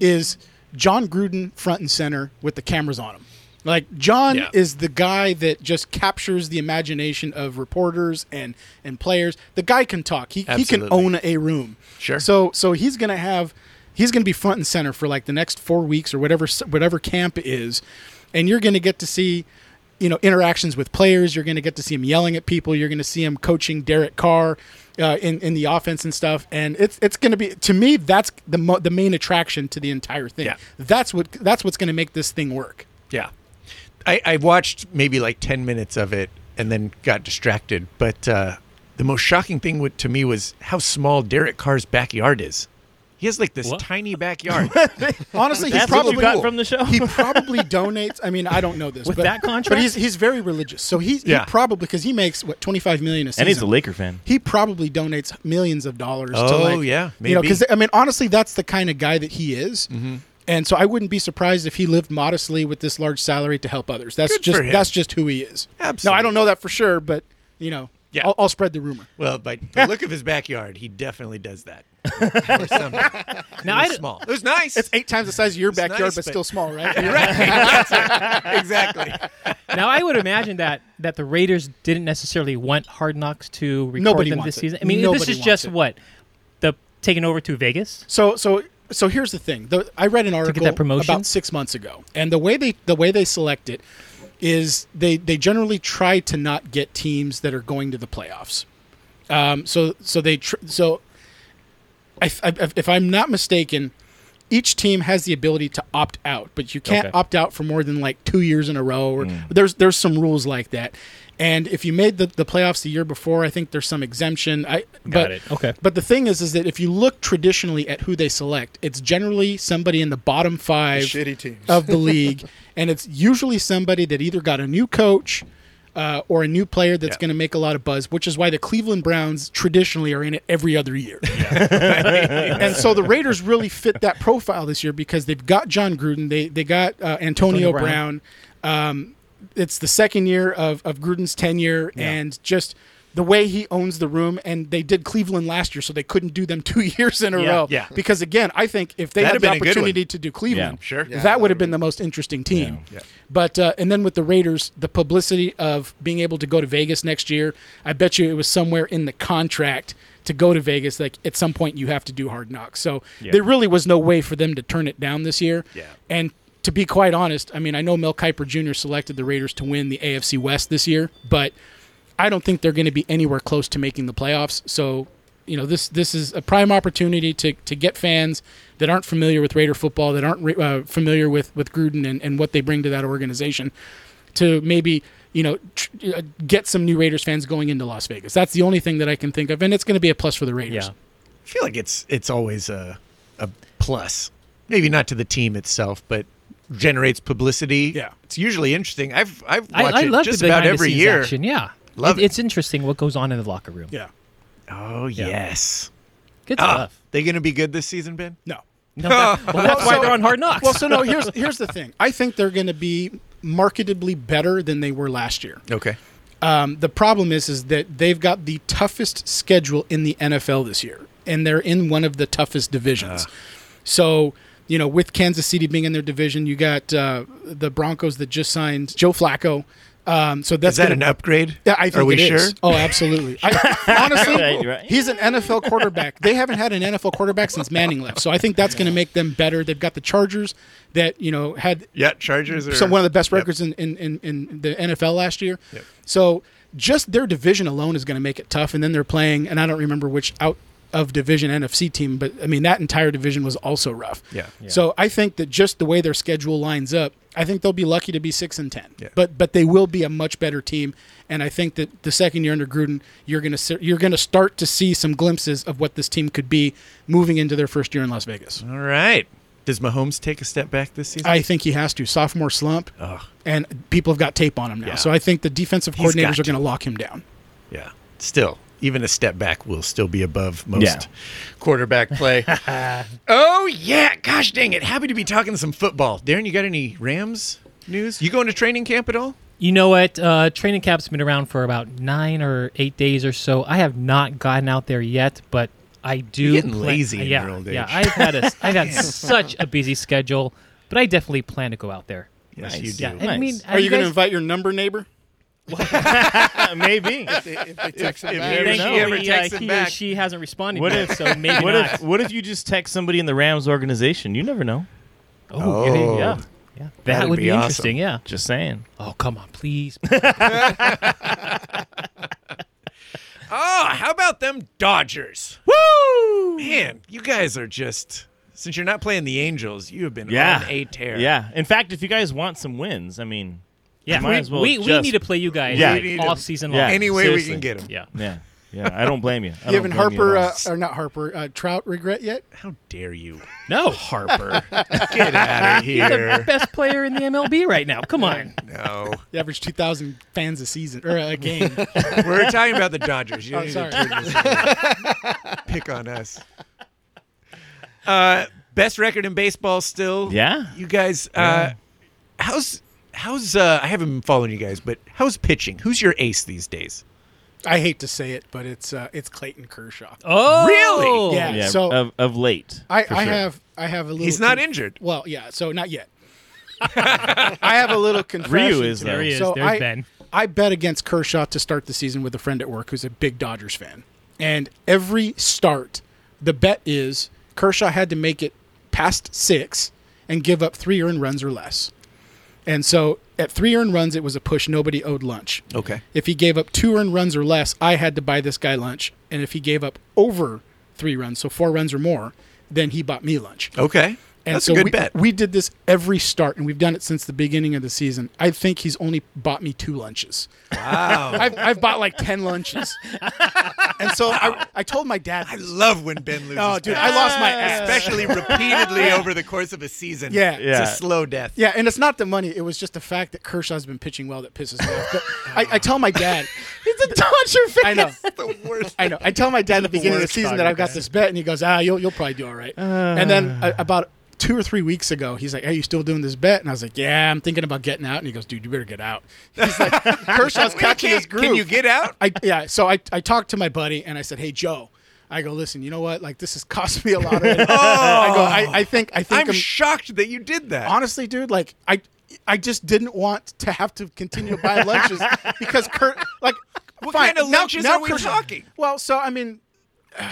[SPEAKER 6] is John Gruden front and center with the cameras on him. Like John
[SPEAKER 1] Yeah.
[SPEAKER 6] is the guy that just captures the imagination of reporters and and players. The guy can talk. He he can
[SPEAKER 1] Absolutely.
[SPEAKER 6] own a room.
[SPEAKER 1] Sure.
[SPEAKER 6] So so he's gonna have he's gonna be front and center for like the next four weeks or whatever whatever camp is, and you're gonna get to see you know interactions with players. You're gonna get to see him yelling at people. You're gonna see him coaching Derek Carr. Uh, in in the offense and stuff, and it's it's going to be to me that's the mo- the main attraction to the entire thing.
[SPEAKER 1] Yeah.
[SPEAKER 6] That's what that's what's going to make this thing work.
[SPEAKER 1] yeah, I, I watched maybe like ten minutes of it and then got distracted. But uh, the most shocking thing wa- to me was how small Derek Carr's backyard is. He has like this
[SPEAKER 4] What?
[SPEAKER 1] tiny backyard.
[SPEAKER 6] Honestly, he
[SPEAKER 2] That's what
[SPEAKER 6] probably
[SPEAKER 2] you got from the show.
[SPEAKER 6] he probably donates. I mean, I don't know this
[SPEAKER 4] With
[SPEAKER 6] but,
[SPEAKER 4] that contract?
[SPEAKER 6] but he's he's very religious. So he's
[SPEAKER 1] Yeah.
[SPEAKER 6] he probably because he makes what twenty five million a season.
[SPEAKER 2] Laker fan.
[SPEAKER 6] He probably donates millions of dollars. to
[SPEAKER 1] Oh,
[SPEAKER 6] like,
[SPEAKER 1] yeah,
[SPEAKER 6] you know
[SPEAKER 1] maybe. Mm-hmm.
[SPEAKER 6] because I mean honestly that's the kind of guy that he is. And so I wouldn't be surprised if he lived modestly with this large salary to help others. That's
[SPEAKER 1] Good
[SPEAKER 6] just
[SPEAKER 1] for him.
[SPEAKER 6] that's just who he is. No, I
[SPEAKER 1] Absolutely.
[SPEAKER 6] don't know that for sure, but you know,
[SPEAKER 1] Yeah.
[SPEAKER 6] I'll, I'll spread the rumor.
[SPEAKER 1] Well, by the look of his backyard, he definitely does that. Or something.
[SPEAKER 4] Now
[SPEAKER 1] It
[SPEAKER 4] I
[SPEAKER 1] was
[SPEAKER 4] d-
[SPEAKER 1] small. It was nice.
[SPEAKER 6] It's eight times the size of your backyard,
[SPEAKER 1] nice,
[SPEAKER 6] but
[SPEAKER 1] but-
[SPEAKER 6] still small, right?
[SPEAKER 1] exactly.
[SPEAKER 4] now I would imagine that that the Raiders didn't necessarily want Hard Knocks to record
[SPEAKER 6] Nobody
[SPEAKER 4] them
[SPEAKER 6] wants
[SPEAKER 4] this
[SPEAKER 6] it.
[SPEAKER 4] season. I mean,
[SPEAKER 6] Nobody
[SPEAKER 4] this is
[SPEAKER 6] wants
[SPEAKER 4] just
[SPEAKER 6] it.
[SPEAKER 4] what the taking over to Vegas.
[SPEAKER 6] So so so here's the thing. The, I read an article
[SPEAKER 4] that promotion?
[SPEAKER 6] about six months ago, and the way they the way they select it is they they generally try to not get teams that are going to the playoffs. Um, so so they tr- so I, I, if I'm not mistaken, each team has the ability to opt out, but you can't
[SPEAKER 2] Okay.
[SPEAKER 6] opt out for more than like two years in a row. Or there's there's some rules like that. And if you made the, the playoffs the year before, I think there's some exemption. I but,
[SPEAKER 2] it.
[SPEAKER 4] Okay.
[SPEAKER 6] But the thing is, is that if you look traditionally at who they select, it's generally somebody in the bottom five
[SPEAKER 5] Shitty teams.
[SPEAKER 6] of the league, and it's usually somebody that either got a new coach. Uh, or a new player that's
[SPEAKER 1] Yeah.
[SPEAKER 6] going to make a lot of buzz, which is why the Cleveland Browns traditionally are in it every other year. and so the Raiders really fit that profile this year because they've got John Gruden, they they got uh, Antonio,
[SPEAKER 4] Antonio
[SPEAKER 6] Brown.
[SPEAKER 4] Brown.
[SPEAKER 6] Um, it's the second year of of Gruden's tenure, and just the way he owns the room. And they did Cleveland last year, so they couldn't do them two years in a
[SPEAKER 4] Yeah.
[SPEAKER 6] row.
[SPEAKER 1] Yeah.
[SPEAKER 6] Because again, I think if they
[SPEAKER 1] That'd
[SPEAKER 6] had the
[SPEAKER 1] have been a good one.
[SPEAKER 6] opportunity to do Cleveland,
[SPEAKER 2] Yeah,
[SPEAKER 1] sure. Yeah,
[SPEAKER 6] that would have been the most interesting team.
[SPEAKER 1] Yeah.
[SPEAKER 6] But uh, and then with the Raiders, the publicity of being able to go to Vegas next year, I bet you it was somewhere in the contract to go to Vegas. Like at some point, you have to do Hard Knocks. So there really was no way for them to turn it down this year.
[SPEAKER 1] Yeah.
[SPEAKER 6] And to be quite honest, I mean, I know Mel Kiper Jr. selected the Raiders to win the AFC West this year, but I don't think they're going to be anywhere close to making the playoffs. So, you know, this this is a prime opportunity to, to get fans that aren't familiar with Raider football, that aren't ra- uh, familiar with with Gruden and, and what they bring to that organization, to maybe you know tr- uh, get some new Raiders fans going into Las Vegas. That's the only thing that I can think of, and it's going to be a plus for the Raiders.
[SPEAKER 4] Yeah.
[SPEAKER 1] I feel like it's it's always a a plus. Maybe not to the team itself, but generates publicity.
[SPEAKER 6] Yeah.
[SPEAKER 1] It's usually interesting. I've I've
[SPEAKER 4] I,
[SPEAKER 1] watched
[SPEAKER 4] I
[SPEAKER 1] it
[SPEAKER 4] love
[SPEAKER 1] just
[SPEAKER 4] the
[SPEAKER 1] about
[SPEAKER 4] behind the
[SPEAKER 1] every
[SPEAKER 4] scenes
[SPEAKER 1] year.
[SPEAKER 4] Action. Yeah.
[SPEAKER 1] Love
[SPEAKER 4] It-
[SPEAKER 1] it.
[SPEAKER 4] It's interesting what goes on in the locker room.
[SPEAKER 6] Yeah.
[SPEAKER 1] Oh yes.
[SPEAKER 4] Good
[SPEAKER 1] Ah,
[SPEAKER 4] stuff.
[SPEAKER 1] they gonna be good this season, Ben?
[SPEAKER 6] No.
[SPEAKER 4] No, that- well, that's why
[SPEAKER 6] so-
[SPEAKER 4] they're on Hard Knocks.
[SPEAKER 6] Well, so no. Here's here's the thing. I think they're going to be marketably better than they were last year.
[SPEAKER 1] Okay.
[SPEAKER 6] Um, the problem is, is that they've got the toughest schedule in the NFL this year, and they're in one of the toughest divisions.
[SPEAKER 1] Ah.
[SPEAKER 6] So, you know, with Kansas City being in their division, you got uh, the Broncos that just signed Joe Flacco. Um, so that's
[SPEAKER 1] Is that
[SPEAKER 6] gonna-
[SPEAKER 1] an upgrade?
[SPEAKER 6] yeah, I think
[SPEAKER 1] Are we
[SPEAKER 6] it is.
[SPEAKER 1] sure?
[SPEAKER 6] Oh, absolutely. I, honestly,
[SPEAKER 2] Right, right.
[SPEAKER 6] he's an NFL quarterback. They haven't had an NFL quarterback since Manning left, so I think that's going to make them better. They've got the Chargers that you know had
[SPEAKER 1] Yeah, Chargers are
[SPEAKER 6] some one of the best
[SPEAKER 1] Yep.
[SPEAKER 6] records in, in, in, in the NFL last year. So just their division alone is going to make it tough. And then they're playing, and I don't remember which out of division NFC team, but I mean that entire division was also rough.
[SPEAKER 1] Yeah. Yeah.
[SPEAKER 6] So I think that just the way their schedule lines up, I think they'll be lucky to be six and ten.
[SPEAKER 1] Yeah.
[SPEAKER 6] But but they will be a much better team, and I think that the second year under Gruden, you're gonna ser- you're gonna start to see some glimpses of what this team could be moving into their first year in Las Vegas.
[SPEAKER 1] All right. Does Mahomes take a step back this season?
[SPEAKER 6] I think he has to. Sophomore slump, and people have got tape on him now.
[SPEAKER 1] Yeah.
[SPEAKER 6] So I think the defensive
[SPEAKER 1] He's
[SPEAKER 6] coordinators
[SPEAKER 1] got
[SPEAKER 6] are going to lock him down.
[SPEAKER 1] yeah. Still, even a step back will still be above most
[SPEAKER 2] Yeah.
[SPEAKER 1] quarterback play. oh yeah. Gosh dang it. Happy to be talking some football. Darren, you got any Rams news? You going to training camp at all?
[SPEAKER 4] You know what? Uh, training camp's been around for about nine or eight days or so. I have not gotten out there yet, but I do.
[SPEAKER 1] You're getting lazy in
[SPEAKER 4] yeah,
[SPEAKER 1] your old
[SPEAKER 4] Yeah,
[SPEAKER 1] age.
[SPEAKER 4] I've had a, I've had such a busy schedule, but I definitely plan to go out there.
[SPEAKER 1] Yes,
[SPEAKER 2] Nice.
[SPEAKER 1] you do.
[SPEAKER 4] Yeah,
[SPEAKER 2] Nice.
[SPEAKER 4] I mean,
[SPEAKER 6] Are you going to
[SPEAKER 4] guys-
[SPEAKER 6] invite your number neighbor?
[SPEAKER 2] Uh, maybe.
[SPEAKER 5] if they text him
[SPEAKER 1] if
[SPEAKER 5] back.
[SPEAKER 1] you-
[SPEAKER 4] Thankfully,
[SPEAKER 2] know.
[SPEAKER 1] ever texts
[SPEAKER 4] uh,
[SPEAKER 1] him
[SPEAKER 4] he or
[SPEAKER 1] back.
[SPEAKER 4] she hasn't responded
[SPEAKER 2] What
[SPEAKER 4] yet,
[SPEAKER 2] if-
[SPEAKER 4] so maybe
[SPEAKER 2] What
[SPEAKER 4] not.
[SPEAKER 2] if what if you just text somebody in the Rams organization? You never know.
[SPEAKER 4] oh,
[SPEAKER 1] Oh.
[SPEAKER 4] yeah, yeah, yeah. That
[SPEAKER 1] That'd
[SPEAKER 4] would
[SPEAKER 1] be
[SPEAKER 4] be,
[SPEAKER 1] awesome.
[SPEAKER 4] interesting, yeah.
[SPEAKER 2] Just saying.
[SPEAKER 4] Oh, come on, please.
[SPEAKER 1] Oh, how about them Dodgers? Woo! Man, you guys are just since you're not playing the Angels, you have been
[SPEAKER 2] Yeah.
[SPEAKER 1] on a tear.
[SPEAKER 2] Yeah. In fact, if you guys want some wins, I mean,
[SPEAKER 4] Yeah,
[SPEAKER 2] might
[SPEAKER 4] we,
[SPEAKER 2] as well
[SPEAKER 4] we, we
[SPEAKER 2] just-
[SPEAKER 4] need to play you guys
[SPEAKER 2] Yeah.
[SPEAKER 4] like,
[SPEAKER 1] We need
[SPEAKER 4] off
[SPEAKER 1] to-
[SPEAKER 4] season
[SPEAKER 2] Yeah.
[SPEAKER 4] long.
[SPEAKER 1] Any way
[SPEAKER 2] Seriously.
[SPEAKER 1] we can get them.
[SPEAKER 4] Yeah.
[SPEAKER 2] yeah, yeah. I don't blame you. I
[SPEAKER 6] You haven't
[SPEAKER 2] don't blame you at
[SPEAKER 6] Harper,
[SPEAKER 2] all.
[SPEAKER 6] uh, or not Harper, uh, Trout regret yet?
[SPEAKER 1] How dare you,
[SPEAKER 4] No,
[SPEAKER 1] Harper? get out of
[SPEAKER 4] the
[SPEAKER 1] here.
[SPEAKER 4] best player in the MLB right now. Come on.
[SPEAKER 1] No,
[SPEAKER 6] He averaged 2,000 fans a season or a game.
[SPEAKER 1] we're talking about the Dodgers. You don't
[SPEAKER 6] Oh,
[SPEAKER 1] need
[SPEAKER 6] sorry.
[SPEAKER 1] to turn this around. pick on us. Uh, Best record in baseball still.
[SPEAKER 2] Yeah.
[SPEAKER 1] You guys, uh, how's how's uh, I haven't been following you guys, but how's pitching? Who's your ace these days?
[SPEAKER 6] I hate to say it, but it's uh, it's Clayton Kershaw.
[SPEAKER 4] Oh,
[SPEAKER 1] Really?
[SPEAKER 6] Yeah.
[SPEAKER 2] Yeah,
[SPEAKER 6] so
[SPEAKER 2] of, of late.
[SPEAKER 6] I,
[SPEAKER 2] for
[SPEAKER 6] I
[SPEAKER 2] sure.
[SPEAKER 6] have I have a little.
[SPEAKER 1] He's not
[SPEAKER 6] con-
[SPEAKER 1] injured.
[SPEAKER 6] Well, yeah. So not yet. I have a little confession.
[SPEAKER 2] is,
[SPEAKER 6] to
[SPEAKER 2] though.
[SPEAKER 6] make.
[SPEAKER 2] There he
[SPEAKER 4] is.
[SPEAKER 6] So
[SPEAKER 4] There's
[SPEAKER 6] I,
[SPEAKER 4] Ben.
[SPEAKER 6] I bet against Kershaw to start the season with a friend at work who's a big Dodgers fan, and every start, the bet is Kershaw had to make it past six and give up three earned runs or less. And so at three earned runs, it was a push. Nobody owed lunch.
[SPEAKER 1] Okay.
[SPEAKER 6] If he gave up two earned runs or less, I had to buy this guy lunch. And if he gave up over three runs, so four runs or more, then he bought me lunch.
[SPEAKER 1] Okay.
[SPEAKER 6] And
[SPEAKER 1] That's
[SPEAKER 6] so
[SPEAKER 1] a good
[SPEAKER 6] we,
[SPEAKER 1] bet.
[SPEAKER 6] we did this every start, and we've done it since the beginning of the season. I think he's only bought me two lunches.
[SPEAKER 1] Wow.
[SPEAKER 6] I've, I've bought like 10 lunches. and so I, I told my dad,
[SPEAKER 1] I love when Ben loses.
[SPEAKER 6] oh, dude,
[SPEAKER 1] bets,
[SPEAKER 6] I lost my ass.
[SPEAKER 1] especially repeatedly over the course of a season.
[SPEAKER 6] Yeah.
[SPEAKER 2] Yeah.
[SPEAKER 1] It's a slow death.
[SPEAKER 6] Yeah, and it's not the money. It was just the fact that Kershaw's been pitching well that pisses me off. But I, I tell my dad, he's a Dodger fan. I know.
[SPEAKER 1] The worst.
[SPEAKER 6] I know. I tell my dad at the beginning of the
[SPEAKER 1] worst
[SPEAKER 6] season that I've got this bet, and he goes, "Ah, you'll you'll probably do all right." and then
[SPEAKER 1] Ah.
[SPEAKER 6] uh, about two or three weeks ago, he's like, "Hey, you still doing this bet?" And I was like, "Yeah, I'm thinking about getting out." And he goes, "Dude, you better get out." He's like, "Kershaw's catching his groove."
[SPEAKER 1] Can you get out?
[SPEAKER 6] I yeah. So I I talked to my buddy and I said, "Hey, Joe." I go, listen. You know what? Like this has cost me a lot. Of money." I go. I, I think. I think.
[SPEAKER 1] Oh. I'm shocked that you did that.
[SPEAKER 6] honestly, dude, like I, I just didn't want to have to continue to buy lunches because Kurt, like,
[SPEAKER 1] What
[SPEAKER 6] fine,
[SPEAKER 1] kind of
[SPEAKER 6] now-
[SPEAKER 1] lunches
[SPEAKER 6] now
[SPEAKER 1] are we
[SPEAKER 6] Kurt-
[SPEAKER 1] talking?
[SPEAKER 6] Well, so I mean, uh,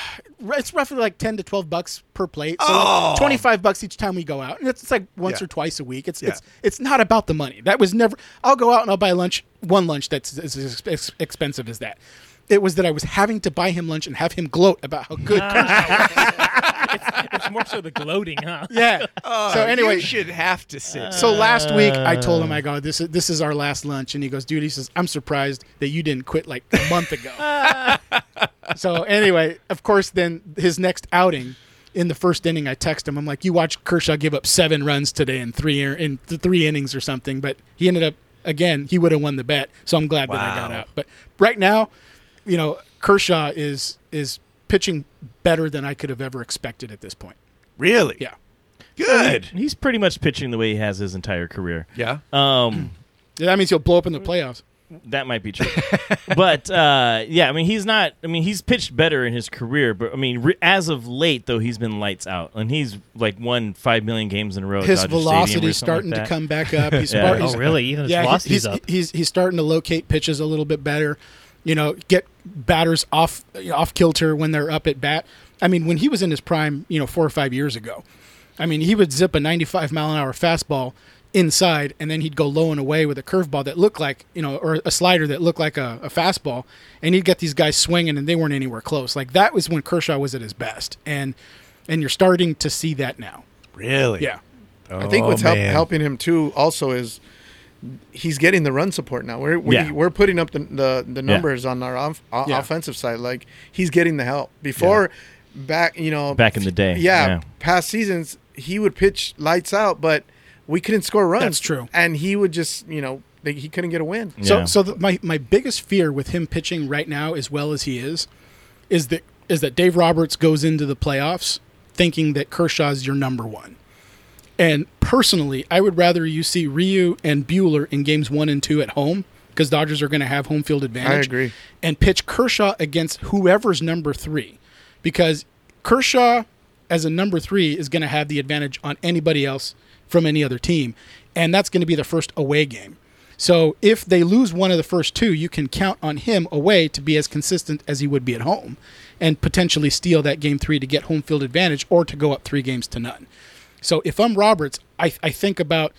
[SPEAKER 6] it's roughly like ten to twelve bucks per plate. So
[SPEAKER 1] Oh.
[SPEAKER 6] twenty five bucks each time we go out, and it's, it's like once
[SPEAKER 1] Yeah.
[SPEAKER 6] or twice a week. It's
[SPEAKER 1] Yeah.
[SPEAKER 6] it's it's not about the money. That was never. I'll go out and I'll buy lunch. One lunch that's as as ex- expensive as that. It was that I was having to buy him lunch and have him gloat about how good.
[SPEAKER 4] it's more so the gloating, huh?
[SPEAKER 6] yeah. so anyway,
[SPEAKER 1] Oh, Uh, you should have to
[SPEAKER 2] Uh,
[SPEAKER 1] sit.
[SPEAKER 6] So last week I told him I go this is this is our last lunch and he goes dude he says I'm surprised that you didn't quit like a month ago. so anyway, of course then his next outing in the first inning I text him I'm like you watched Kershaw give up 7 runs today in 3 in- in th- 3 innings or something but he ended up again he would have won the bet so I'm glad that I got
[SPEAKER 1] Wow.
[SPEAKER 6] out. But right now, you know, Kershaw is is pitching better than I could have ever expected at this point.
[SPEAKER 1] really?
[SPEAKER 6] Yeah.
[SPEAKER 1] Good.
[SPEAKER 2] He's pretty much pitching the way he has his entire career.
[SPEAKER 1] Yeah.
[SPEAKER 2] Um,
[SPEAKER 6] That means he'll blow up in the playoffs.
[SPEAKER 2] that might be true, but uh, yeah, I mean, he's not. I mean, he's pitched better in his career, but I mean, re- as of late though, he's been lights out, and he's like won five million games in a row. at
[SPEAKER 6] his
[SPEAKER 2] Dodger Stadium or
[SPEAKER 6] velocity's
[SPEAKER 2] something like
[SPEAKER 6] starting
[SPEAKER 2] that.
[SPEAKER 6] to come back up. He's
[SPEAKER 2] Yeah.
[SPEAKER 6] spar-
[SPEAKER 4] Oh,
[SPEAKER 6] he's-
[SPEAKER 4] really? Even his
[SPEAKER 6] Yeah, he's,
[SPEAKER 4] velocity's
[SPEAKER 6] he's,
[SPEAKER 4] up.
[SPEAKER 6] he's he's starting to locate pitches a little bit better. You know, get batters off you know, off kilter when they're up at bat. I mean, when he was in his prime, you know, four or five years ago, I mean, he would zip a 95 mile an hour fastball inside, and then he'd go low and away with a curveball that looked like you know, or a slider that looked like a, a fastball, and he'd get these guys swinging, and they weren't anywhere close. Like that was when Kershaw was at his best, and and you're starting to see that now.
[SPEAKER 1] Really?
[SPEAKER 6] Yeah.
[SPEAKER 5] I think what's
[SPEAKER 1] Oh,
[SPEAKER 5] help,
[SPEAKER 1] man.
[SPEAKER 5] helping him too also is he's getting the run support now. We're we,
[SPEAKER 2] Yeah.
[SPEAKER 5] we're putting up the the, the numbers on our off, o-
[SPEAKER 6] Yeah.
[SPEAKER 5] offensive side. Like he's getting the help before back. You know,
[SPEAKER 2] Back in the day,
[SPEAKER 5] Yeah,
[SPEAKER 2] yeah.
[SPEAKER 5] past seasons he would pitch lights out, but we couldn't score runs.
[SPEAKER 6] That's true.
[SPEAKER 5] and he would just you know they, he couldn't get a win.
[SPEAKER 2] Yeah.
[SPEAKER 6] So, so the, my my biggest fear with him pitching right now, as well as he is, is that is that Dave Roberts goes into the playoffs thinking that Kershaw's your number one. And personally, I would rather you see Ryu and Bueller in games one and two at home because Dodgers are going to have home field advantage.
[SPEAKER 5] agree.
[SPEAKER 6] And pitch Kershaw against whoever's number three because Kershaw as a number three is going to have the advantage on anybody else from any other team. And that's going to be the first away game. So if they lose one of the first two, you can count on him away to be as consistent as he would be at home and potentially steal that game three to get home field advantage or to go up three games to none. So if I'm Roberts, I, I think about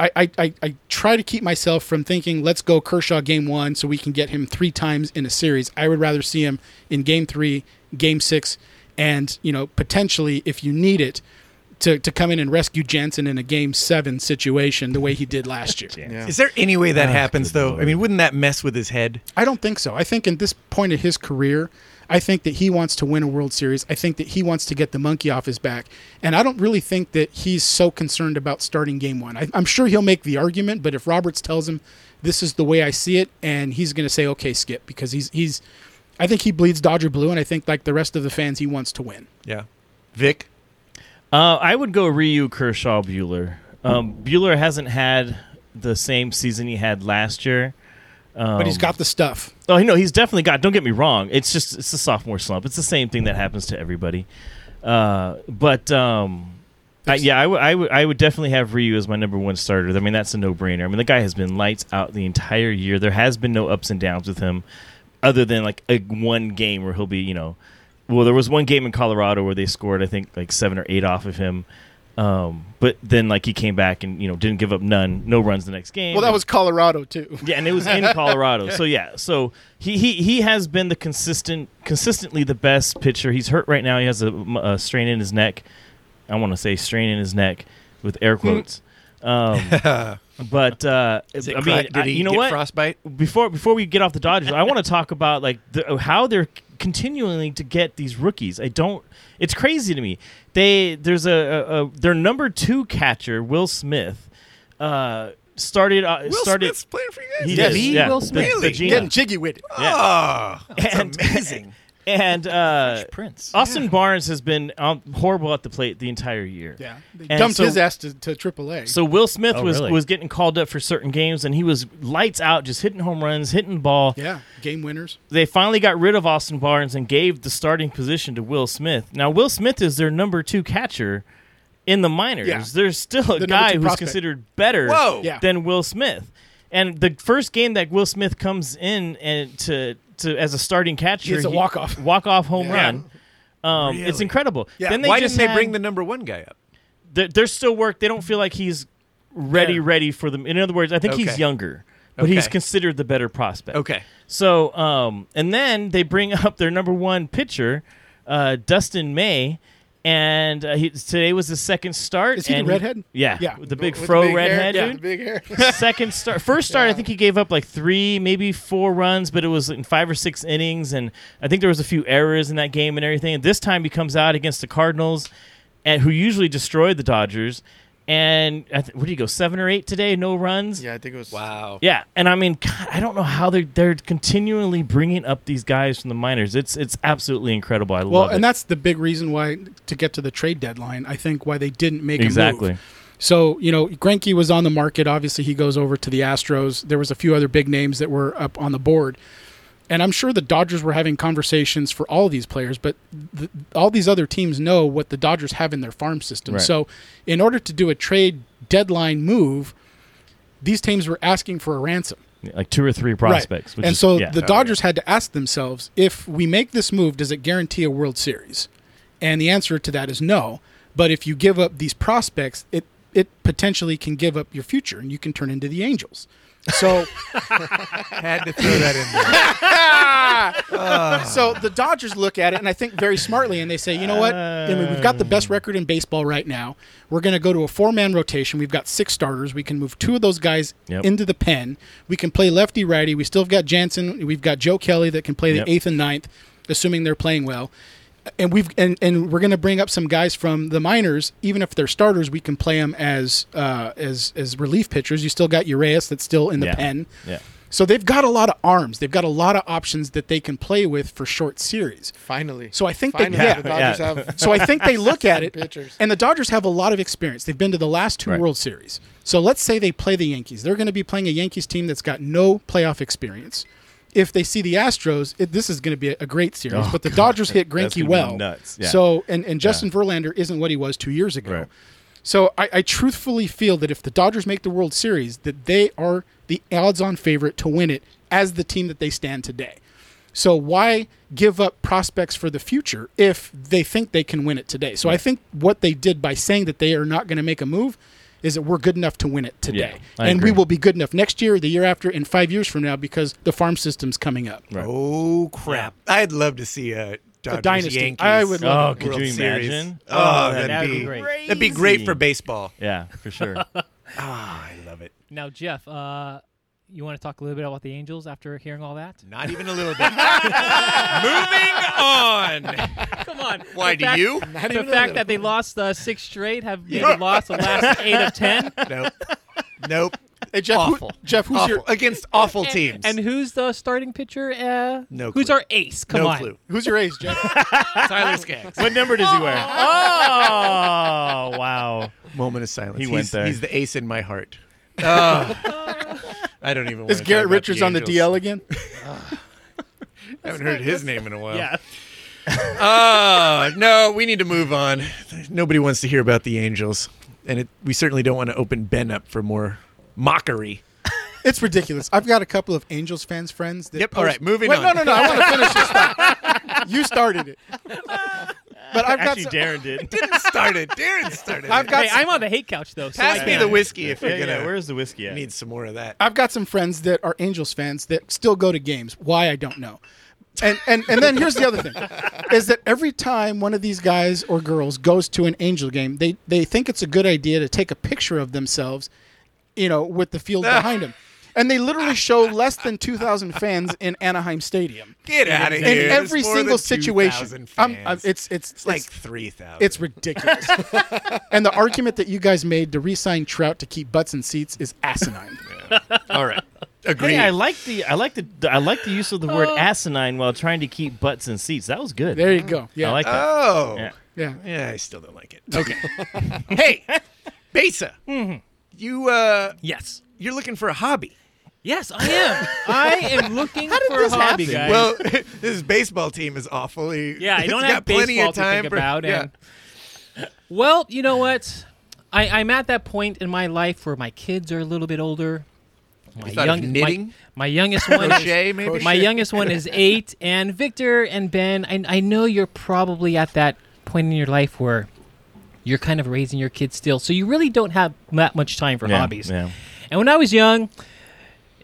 [SPEAKER 6] I, I, I, I try to keep myself from thinking, let's go Kershaw game one so we can get him three times in a series. I would rather see him in game three, game six, and, you know, potentially, if you need it, to, to come in and rescue Jansen in a game seven situation the way he did last year.
[SPEAKER 5] Yeah.
[SPEAKER 1] Is there any way that happens
[SPEAKER 2] good
[SPEAKER 1] though? I
[SPEAKER 2] lord.
[SPEAKER 1] mean, wouldn't that mess with his head?
[SPEAKER 6] I don't think so. I think in this point of his career, I think that he wants to win a World Series. I think that he wants to get the monkey off his back. And I don't really think that he's so concerned about starting game one. I, I'm sure he'll make the argument, but if Roberts tells him this is the way I see it, and he's going to say, okay, skip, because he's, he's, I think he bleeds Dodger blue, and I think like the rest of the fans, he wants to win.
[SPEAKER 1] Yeah. Vic.
[SPEAKER 2] Uh, I would go Ryu Kershaw Bueller. Um, Bueller hasn't had the same season he had last year.
[SPEAKER 6] but
[SPEAKER 2] Um,
[SPEAKER 6] he's got the stuff.
[SPEAKER 2] Oh, no, he's definitely got. Don't get me wrong. It's just it's the sophomore slump. It's the same thing that happens to everybody. Uh, but um, I, yeah, I would- I would- I would definitely have Ryu as my number one starter. I mean, that's a no brainer. I mean, the guy has been lights out the entire year. There has been no ups and downs with him, other than like a one game where he'll be, you know, well, there was one game in Colorado where they scored, I think, like seven or eight off of him. Um, but then like he came back and you know didn't give up none, no runs the next game.
[SPEAKER 6] Well, that was Colorado too.
[SPEAKER 2] Yeah, and it was in Colorado. So yeah, so he, he he has been the consistent, consistently the best pitcher. He's hurt right now. He has a, a strain in his neck. I want to say strain in his neck with air
[SPEAKER 1] Hmm.
[SPEAKER 2] quotes. um, but uh,
[SPEAKER 1] Is it
[SPEAKER 2] I mean,
[SPEAKER 1] crack- did
[SPEAKER 2] I-
[SPEAKER 1] he
[SPEAKER 2] you know
[SPEAKER 1] get
[SPEAKER 2] what?
[SPEAKER 1] Frostbite.
[SPEAKER 2] before before we get off the Dodgers, I want to talk about like the, how they're continuing to get these rookies. I don't. It's crazy to me. They there's a, a, a their number two catcher Will Smith uh, started uh,
[SPEAKER 1] Will
[SPEAKER 2] started.
[SPEAKER 1] Smith's playing for you guys.
[SPEAKER 2] He
[SPEAKER 1] today.
[SPEAKER 2] did,
[SPEAKER 4] He
[SPEAKER 2] yeah.
[SPEAKER 4] Will
[SPEAKER 2] The-
[SPEAKER 4] Smith.
[SPEAKER 2] the
[SPEAKER 1] Really?
[SPEAKER 2] Gina.
[SPEAKER 6] Getting jiggy with it.
[SPEAKER 1] Oh,
[SPEAKER 2] and,
[SPEAKER 1] amazing.
[SPEAKER 2] And uh,
[SPEAKER 4] Prince.
[SPEAKER 2] Austin Barnes has been um, horrible at the plate the entire year.
[SPEAKER 6] Yeah, they
[SPEAKER 2] And
[SPEAKER 6] dumped
[SPEAKER 2] so-
[SPEAKER 6] his ass to, to AAA.
[SPEAKER 2] So Will Smith
[SPEAKER 4] Oh,
[SPEAKER 2] was
[SPEAKER 4] really?
[SPEAKER 2] was getting called up for certain games, and he was lights out, just hitting home runs, hitting the ball.
[SPEAKER 6] yeah, game winners.
[SPEAKER 2] They finally got rid of Austin Barnes and gave the starting position to Will Smith. Now Will Smith is their number two catcher in the minors.
[SPEAKER 6] Yeah.
[SPEAKER 2] There's still a
[SPEAKER 6] The number
[SPEAKER 2] guy
[SPEAKER 6] two
[SPEAKER 2] who's
[SPEAKER 6] prospect.
[SPEAKER 2] considered better
[SPEAKER 1] Whoa.
[SPEAKER 6] Yeah.
[SPEAKER 2] than Will Smith. And the first game that Will Smith comes in and to to as a starting catcher,
[SPEAKER 6] It's a walk-off.
[SPEAKER 2] walk off home
[SPEAKER 6] Yeah.
[SPEAKER 2] run. Um, It's
[SPEAKER 1] Really?
[SPEAKER 2] incredible.
[SPEAKER 1] Yeah.
[SPEAKER 2] Then they
[SPEAKER 1] Why
[SPEAKER 2] just
[SPEAKER 1] didn't they
[SPEAKER 2] had-
[SPEAKER 1] bring the number one guy up?
[SPEAKER 2] there- there's still work. They don't feel like he's ready, ready for them. In other words, I think he's
[SPEAKER 1] Okay.
[SPEAKER 2] younger, but he's
[SPEAKER 1] Okay.
[SPEAKER 2] considered the better prospect.
[SPEAKER 1] Okay.
[SPEAKER 2] So, um, and then they bring up their number one pitcher, uh, Dustin May, and uh, he, today was his second start.
[SPEAKER 6] Is he the
[SPEAKER 2] and
[SPEAKER 6] redhead?
[SPEAKER 2] yeah,
[SPEAKER 6] Yeah.
[SPEAKER 2] with the big
[SPEAKER 5] With the
[SPEAKER 2] fro
[SPEAKER 5] big hair,
[SPEAKER 2] redhead
[SPEAKER 5] yeah,
[SPEAKER 2] dude
[SPEAKER 5] the big hair.
[SPEAKER 2] second start first start i think he gave up like three maybe four runs but it was in five or six innings and i think there was a few errors in that game and everything and this time he comes out against the cardinals and who usually destroyed the dodgers and I th- what did he go seven or eight today no runs
[SPEAKER 5] yeah, I think it was.
[SPEAKER 1] Wow.
[SPEAKER 2] yeah, and I mean, God, I don't know how they're they're continually bringing up these guys from the minors. It's it's absolutely incredible. I
[SPEAKER 6] Well,
[SPEAKER 2] love
[SPEAKER 6] and
[SPEAKER 2] it.
[SPEAKER 6] that's the big reason why to get to the trade deadline. I think why they didn't make a move.
[SPEAKER 2] exactly.
[SPEAKER 6] So, you know, Grenke was on the market. Obviously, he goes over to the Astros. There was a few other big names that were up on the board. And I'm sure the Dodgers were having conversations for all these players, but th all these other teams know what the Dodgers have in their farm system.
[SPEAKER 2] Right.
[SPEAKER 6] So, in order to do a trade deadline move, these teams were asking for a ransom.
[SPEAKER 2] Like two or three prospects.
[SPEAKER 6] Right.
[SPEAKER 2] Which
[SPEAKER 6] And
[SPEAKER 2] is-
[SPEAKER 6] so
[SPEAKER 2] yeah.
[SPEAKER 6] the Dodgers had to ask themselves if we make this move, does it guarantee a World Series? And the answer to that is no. But if you give up these prospects, it it potentially can give up your future and you can turn into the Angels. So
[SPEAKER 1] Had to throw that in there.
[SPEAKER 6] so the Dodgers look at it and I think very smartly and they say, you know what? I mean, we've got the best record in baseball right now. We're going to go to a four-man rotation. We've got six starters. We can move two of those guys
[SPEAKER 2] Yep.
[SPEAKER 6] into the pen. We can play lefty righty. We still have got Jansen. We've got Joe Kelly that can play the
[SPEAKER 2] Yep.
[SPEAKER 6] eighth and ninth, assuming they're playing well. And we've and, and we're going to bring up some guys from the minors, even if they're starters. We can play them as uh, as as relief pitchers. You still got Urias that's still in the
[SPEAKER 2] Yeah.
[SPEAKER 6] pen.
[SPEAKER 2] Yeah.
[SPEAKER 6] So they've got a lot of arms. They've got a lot of options that they can play with for short series.
[SPEAKER 5] Finally.
[SPEAKER 6] So I think they-
[SPEAKER 5] Finally,
[SPEAKER 6] yeah,
[SPEAKER 5] the Dodgers
[SPEAKER 2] yeah.
[SPEAKER 5] have.
[SPEAKER 6] So I think they look at it,
[SPEAKER 5] Pitchers.
[SPEAKER 6] and the Dodgers have a lot of experience. They've been to the last two
[SPEAKER 2] Right.
[SPEAKER 6] World Series. So let's say they play the Yankees. They're going to be playing a Yankees team that's got no playoff experience. If they see the Astros, it, this is going to be a great series. but the Dodgers hit
[SPEAKER 2] Oh, That's
[SPEAKER 6] Granky
[SPEAKER 2] gonna be
[SPEAKER 6] well.
[SPEAKER 2] nuts. Yeah.
[SPEAKER 6] So and, and Justin Verlander isn't what he was two years ago.
[SPEAKER 2] Right.
[SPEAKER 6] So I, I truthfully feel that if the Dodgers make the World Series, that they are the odds-on favorite to win it as the team that they stand today. So why give up prospects for the future if they think they can win it today? So I think what they did by saying that they are not going to make a move is that we're good enough to win it today,
[SPEAKER 2] Yeah, I
[SPEAKER 6] and
[SPEAKER 2] agree.
[SPEAKER 6] we will be good enough next year, the year after, and five years from now because the farm system's coming up.
[SPEAKER 1] Oh crap! I'd love to see a Dodgers
[SPEAKER 6] dynasty.
[SPEAKER 1] Yankees.
[SPEAKER 6] I would
[SPEAKER 2] Oh,
[SPEAKER 6] love
[SPEAKER 2] could
[SPEAKER 1] World
[SPEAKER 2] you
[SPEAKER 1] Series.
[SPEAKER 2] imagine?
[SPEAKER 1] Oh, that'd, be,
[SPEAKER 2] great.
[SPEAKER 1] that'd be great for
[SPEAKER 2] Crazy.
[SPEAKER 1] baseball.
[SPEAKER 2] Yeah, for sure.
[SPEAKER 1] Ah, I love it.
[SPEAKER 4] Now, Jeff, uh, you want to talk a little bit about the Angels after hearing all that?
[SPEAKER 1] Not even a little bit. Moving on.
[SPEAKER 4] Come on.
[SPEAKER 1] Why
[SPEAKER 4] The
[SPEAKER 1] do
[SPEAKER 4] fact-
[SPEAKER 1] you?
[SPEAKER 4] The fact that they lost uh, six straight have maybe lost the last eight of ten.
[SPEAKER 1] Nope. Nope.
[SPEAKER 6] Hey, Jeff, who-
[SPEAKER 4] Awful.
[SPEAKER 6] Jeff, who's your
[SPEAKER 1] Awful. against awful
[SPEAKER 4] And-
[SPEAKER 1] teams.
[SPEAKER 4] And who's the starting pitcher? Uh,
[SPEAKER 1] No
[SPEAKER 4] Who's
[SPEAKER 1] clue.
[SPEAKER 4] our ace? Come
[SPEAKER 1] no
[SPEAKER 4] on.
[SPEAKER 1] clue.
[SPEAKER 6] who's your ace, Jeff?
[SPEAKER 1] Tyler Skaggs.
[SPEAKER 2] What number does he wear? Oh, wow.
[SPEAKER 1] Moment of silence.
[SPEAKER 2] He
[SPEAKER 1] he's,
[SPEAKER 2] went there.
[SPEAKER 1] He's the ace in my heart. Oh. I don't even. wanna
[SPEAKER 6] Is
[SPEAKER 1] talk
[SPEAKER 6] Garrett
[SPEAKER 1] about
[SPEAKER 6] Richards on the
[SPEAKER 1] Angels.
[SPEAKER 6] DL again?
[SPEAKER 1] I haven't heard his name in a while.
[SPEAKER 2] Yeah.
[SPEAKER 1] Uh, no, we need to move on. Nobody wants to hear about the Angels, and it, we certainly don't want to open Ben up for more mockery.
[SPEAKER 6] It's ridiculous. I've got a couple of Angels fans friends. That
[SPEAKER 1] Yep, all right, moving
[SPEAKER 6] Wait,
[SPEAKER 1] on.
[SPEAKER 6] No, no, no. I want to finish this. thought. You started it. But I've got
[SPEAKER 2] Actually,
[SPEAKER 6] some-
[SPEAKER 2] Darren did.
[SPEAKER 1] Darren started. Darren started.
[SPEAKER 6] I've got
[SPEAKER 4] Hey,
[SPEAKER 6] some-
[SPEAKER 4] I'm on the hate couch though. So
[SPEAKER 1] Pass
[SPEAKER 4] I
[SPEAKER 1] me
[SPEAKER 4] can't-
[SPEAKER 1] the whiskey if you're
[SPEAKER 2] Yeah, yeah,
[SPEAKER 1] gonna
[SPEAKER 2] where's the whiskey at?
[SPEAKER 1] need some more of that.
[SPEAKER 6] I've got some friends that are Angels fans that still go to games. Why I don't know. And and and then here's the other thing, is that every time one of these guys or girls goes to an Angel game, they they think it's a good idea to take a picture of themselves, you know, with the field behind them. And they literally show less than 2,000 fans in Anaheim Stadium.
[SPEAKER 1] Get out of
[SPEAKER 2] In
[SPEAKER 1] here!
[SPEAKER 6] In
[SPEAKER 1] There's
[SPEAKER 6] every
[SPEAKER 1] more than
[SPEAKER 6] single
[SPEAKER 1] 2,000
[SPEAKER 6] situation. I'm- I'm-
[SPEAKER 1] fans.
[SPEAKER 6] it's, it's,
[SPEAKER 1] It's like three thousand.
[SPEAKER 6] It's ridiculous. and the argument that you guys made to re-sign Trout to keep butts in seats is asinine.
[SPEAKER 1] all right. Agreed.
[SPEAKER 2] Hey, I like the I like the I like the use of the word asinine while trying to keep butts in seats. That was good.
[SPEAKER 6] There you go. Yeah.
[SPEAKER 2] I like that.
[SPEAKER 1] oh.
[SPEAKER 2] Yeah.
[SPEAKER 6] yeah.
[SPEAKER 1] Yeah, I still don't like it. Okay. hey, Besa, you uh,
[SPEAKER 4] Yes.
[SPEAKER 1] you're looking for a hobby.
[SPEAKER 4] Yes, I am. I am looking for a
[SPEAKER 2] this
[SPEAKER 4] hobby,
[SPEAKER 2] happen?
[SPEAKER 4] guys.
[SPEAKER 1] Well, this baseball team is awful. He-
[SPEAKER 4] yeah, I
[SPEAKER 1] he's
[SPEAKER 4] don't
[SPEAKER 1] got
[SPEAKER 4] have
[SPEAKER 1] plenty
[SPEAKER 4] baseball
[SPEAKER 1] of time
[SPEAKER 4] to think
[SPEAKER 1] for-
[SPEAKER 4] about.
[SPEAKER 1] yeah.
[SPEAKER 4] And well, you know what? I, I'm at that point in my life where my kids are a little bit older. My
[SPEAKER 1] thought of knitting?
[SPEAKER 4] my, my youngest one,
[SPEAKER 1] Crochet,
[SPEAKER 4] is,
[SPEAKER 1] maybe?
[SPEAKER 4] my youngest one is eight, and Victor and Ben. I, I know you're probably at that point in your life where you're kind of raising your kids still, so you really don't have that much time for
[SPEAKER 2] Yeah,
[SPEAKER 4] hobbies.
[SPEAKER 2] yeah.
[SPEAKER 4] And when I was young,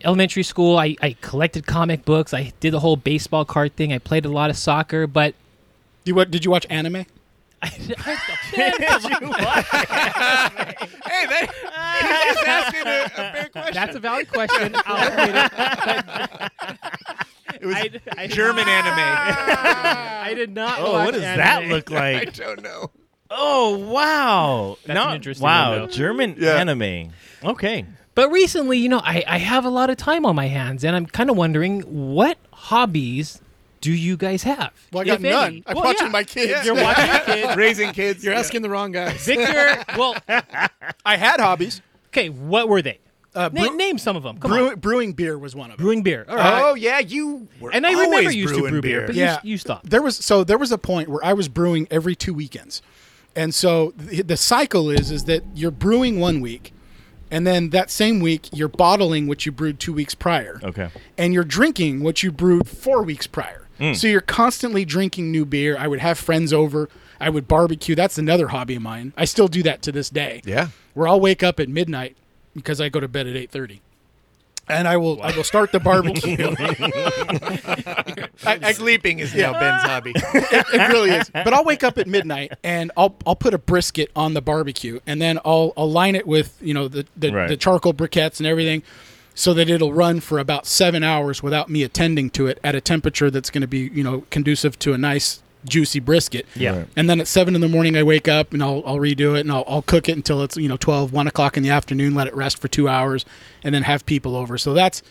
[SPEAKER 4] elementary school, I, I collected comic books. I did the whole baseball card thing. I played a lot of soccer, but
[SPEAKER 6] You what? Did you watch anime?
[SPEAKER 1] Hey, that, he's asking a, a fair question.
[SPEAKER 4] That's a valid question. I'll admit
[SPEAKER 1] It was
[SPEAKER 4] it. I, I,
[SPEAKER 1] German anime.
[SPEAKER 4] I did not.
[SPEAKER 2] Oh,
[SPEAKER 4] watch
[SPEAKER 2] what does
[SPEAKER 4] anime.
[SPEAKER 2] that look
[SPEAKER 1] I
[SPEAKER 2] like?
[SPEAKER 1] don't know.
[SPEAKER 2] Oh, wow.
[SPEAKER 4] That's
[SPEAKER 2] Not-
[SPEAKER 4] an interesting
[SPEAKER 2] wow,
[SPEAKER 4] one, though.
[SPEAKER 2] German
[SPEAKER 1] Yeah.
[SPEAKER 2] anime. Okay.
[SPEAKER 4] But recently, you know, I, I have a lot of time on my hands, and I'm kind of wondering what hobbies do you guys have?
[SPEAKER 6] Well, I got
[SPEAKER 4] if
[SPEAKER 6] none.
[SPEAKER 4] any?
[SPEAKER 6] I'm
[SPEAKER 4] Well,
[SPEAKER 6] watching
[SPEAKER 4] yeah.
[SPEAKER 6] my kids.
[SPEAKER 4] You're watching your kids.
[SPEAKER 1] Raising kids.
[SPEAKER 5] You're asking the wrong guys.
[SPEAKER 4] Victor. Well,
[SPEAKER 6] I had hobbies.
[SPEAKER 4] okay. What were they?
[SPEAKER 6] Uh,
[SPEAKER 4] Na-
[SPEAKER 6] brew-
[SPEAKER 4] name some of them. Come on.
[SPEAKER 6] brew- brewing beer was one of them.
[SPEAKER 4] Brewing beer. All right.
[SPEAKER 1] Oh yeah, you. Were
[SPEAKER 4] And I remember
[SPEAKER 1] always
[SPEAKER 4] you used to
[SPEAKER 1] brewing
[SPEAKER 4] brew beer, but
[SPEAKER 6] Yeah.
[SPEAKER 4] you, you stopped.
[SPEAKER 6] There was so there was a point where I was brewing every two weekends, and so the, the cycle is is that you're brewing one week, and then that same week you're bottling what you brewed two weeks prior.
[SPEAKER 2] Okay.
[SPEAKER 6] and you're drinking what you brewed four weeks prior.
[SPEAKER 4] Hmm.
[SPEAKER 6] So you're constantly drinking new beer. I would have friends over. I would barbecue. That's another hobby of mine. I still do that to this day.
[SPEAKER 1] Yeah.
[SPEAKER 6] where I'll wake up at midnight because I go to bed at eight thirty. And I will I will start the barbecue.
[SPEAKER 1] Sleeping is now Ben's hobby.
[SPEAKER 6] it really is. But I'll wake up at midnight and I'll I'll put a brisket on the barbecue and then I'll I'll line it with you know the the,
[SPEAKER 2] Right.
[SPEAKER 6] the charcoal briquettes and everything, so that it'll run for about seven hours without me attending to it at a temperature that's going to be you know conducive to a nice juicy brisket.
[SPEAKER 4] Yeah. Right.
[SPEAKER 6] And then at seven in the morning I wake up and I'll I'll redo it and I'll I'll cook it until it's you know 12, 1 o'clock in the afternoon, let it rest for two hours, and then have people over. So that's.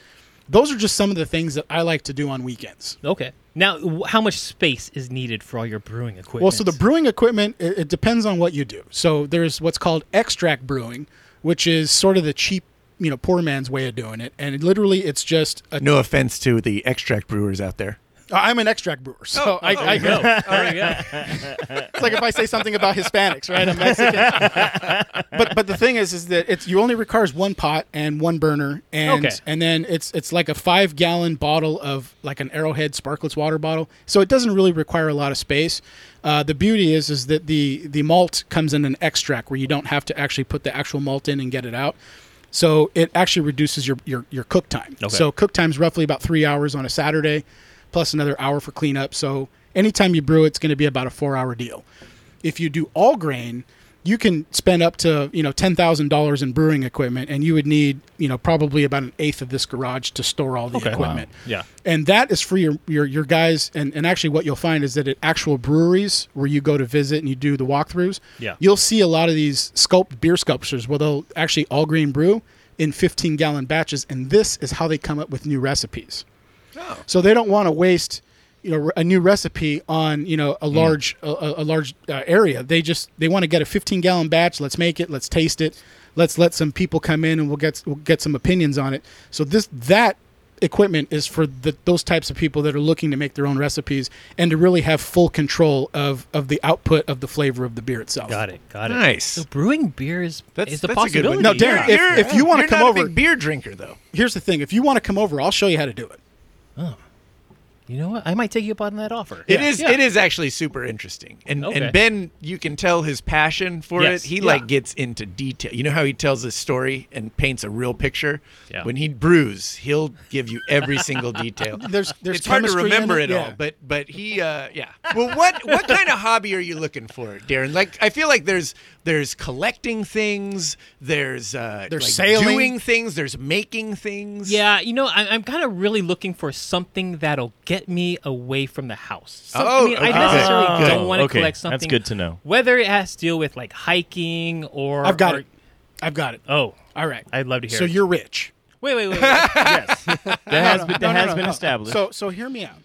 [SPEAKER 6] Those are just some of the things that I like to do on weekends.
[SPEAKER 4] Okay. Now, w- how much space is needed for all your brewing equipment?
[SPEAKER 6] Well, so the brewing equipment, it, it depends on what you do. So there's what's called extract brewing, which is sort of the cheap, you know, poor man's way of doing it. And it literally, it's just a,
[SPEAKER 1] No offense to the extract brewers out there.
[SPEAKER 6] I'm an extract brewer, so I, I
[SPEAKER 4] no.
[SPEAKER 6] know.
[SPEAKER 4] Oh, There you go.
[SPEAKER 6] It's like if I say something about Hispanics, right? I'm Mexican. but but the thing is, is that it's you only requires one pot and one burner, and
[SPEAKER 4] Okay.
[SPEAKER 6] and then it's it's like a five gallon bottle of like an Arrowhead Sparklets water bottle. So it doesn't really require a lot of space. Uh, the beauty is is that the the malt comes in an extract where you don't have to actually put the actual malt in and get it out. So it actually reduces your your, your cook time. So cook time is roughly about three hours on a Saturday, plus another hour for cleanup. So anytime you brew, it's going to be about a four hour deal. If you do all grain, you can spend up to you know ten thousand dollars in brewing equipment, and you would need you know probably about an eighth of this garage to store all the equipment.
[SPEAKER 4] Yeah.
[SPEAKER 6] And that is for your your, your guys. And, and actually, what you'll find is that at actual breweries where you go to visit and you do the walkthroughs,
[SPEAKER 4] Yeah.
[SPEAKER 6] you'll see a lot of these sculpt beer sculptures where they'll actually all grain brew. in 15 gallon batches, and this is how they come up with new recipes. So they don't want to waste, you know, a new recipe on you know a
[SPEAKER 4] Mm.
[SPEAKER 6] large a- a, a large uh, area. They just they want to get a 15 gallon batch. Let's make it. Let's taste it. Let's let some people come in and we'll get we'll get some opinions on it. So this that equipment is for the, those types of people that are looking to make their own recipes and to really have full control of of the output of the flavor of the beer itself.
[SPEAKER 4] Got it. Got it.
[SPEAKER 1] Nice.
[SPEAKER 4] So brewing beer is,
[SPEAKER 1] That's,
[SPEAKER 4] is the
[SPEAKER 1] that's
[SPEAKER 4] possibility.
[SPEAKER 1] A good
[SPEAKER 6] No,
[SPEAKER 1] one.
[SPEAKER 6] Derek,
[SPEAKER 1] You're-
[SPEAKER 6] if-
[SPEAKER 1] you're-
[SPEAKER 6] if you wanna
[SPEAKER 1] you're
[SPEAKER 6] come
[SPEAKER 1] not
[SPEAKER 6] over-
[SPEAKER 1] a big beer drinker though.
[SPEAKER 6] Here's the thing: if you want to come over, I'll show you how to do it.
[SPEAKER 4] You know what? I might take you up on that offer.
[SPEAKER 1] It is it is actually super interesting. And
[SPEAKER 4] Okay.
[SPEAKER 1] and Ben, you can tell his passion for
[SPEAKER 4] Yes,
[SPEAKER 1] it. He
[SPEAKER 4] yeah.
[SPEAKER 1] like gets into detail. You know how he tells his story and paints a real picture?
[SPEAKER 4] Yeah.
[SPEAKER 1] When he brews, he'll give you every single detail.
[SPEAKER 6] There's there's
[SPEAKER 1] it's hard to
[SPEAKER 6] chemistry in
[SPEAKER 1] remember
[SPEAKER 6] it,
[SPEAKER 1] it,
[SPEAKER 6] yeah.
[SPEAKER 1] all, but but he uh yeah. Well, what what kind of hobby are you looking for, Darren? Like I feel like there's there's collecting things, there's uh
[SPEAKER 6] There's
[SPEAKER 1] like,
[SPEAKER 6] sailing.
[SPEAKER 1] doing things, there's making things.
[SPEAKER 4] Yeah, you know, I, I'm kind of really looking for something that'll get me away from the house. Some-
[SPEAKER 1] Oh,
[SPEAKER 4] I mean,
[SPEAKER 1] okay.
[SPEAKER 4] I necessarily
[SPEAKER 2] Good.
[SPEAKER 4] don't want to
[SPEAKER 2] Okay,
[SPEAKER 4] collect
[SPEAKER 2] that's
[SPEAKER 4] something.
[SPEAKER 2] good to know.
[SPEAKER 4] Whether it has to deal with like hiking or
[SPEAKER 6] I've got
[SPEAKER 4] or-
[SPEAKER 6] it. I've got it.
[SPEAKER 4] Oh,
[SPEAKER 6] All right.
[SPEAKER 4] I'd love to hear.
[SPEAKER 6] So
[SPEAKER 4] it.
[SPEAKER 6] you're rich.
[SPEAKER 4] wait, wait, wait. wait.
[SPEAKER 2] yes, that has been, that has been established.
[SPEAKER 6] So so hear me out.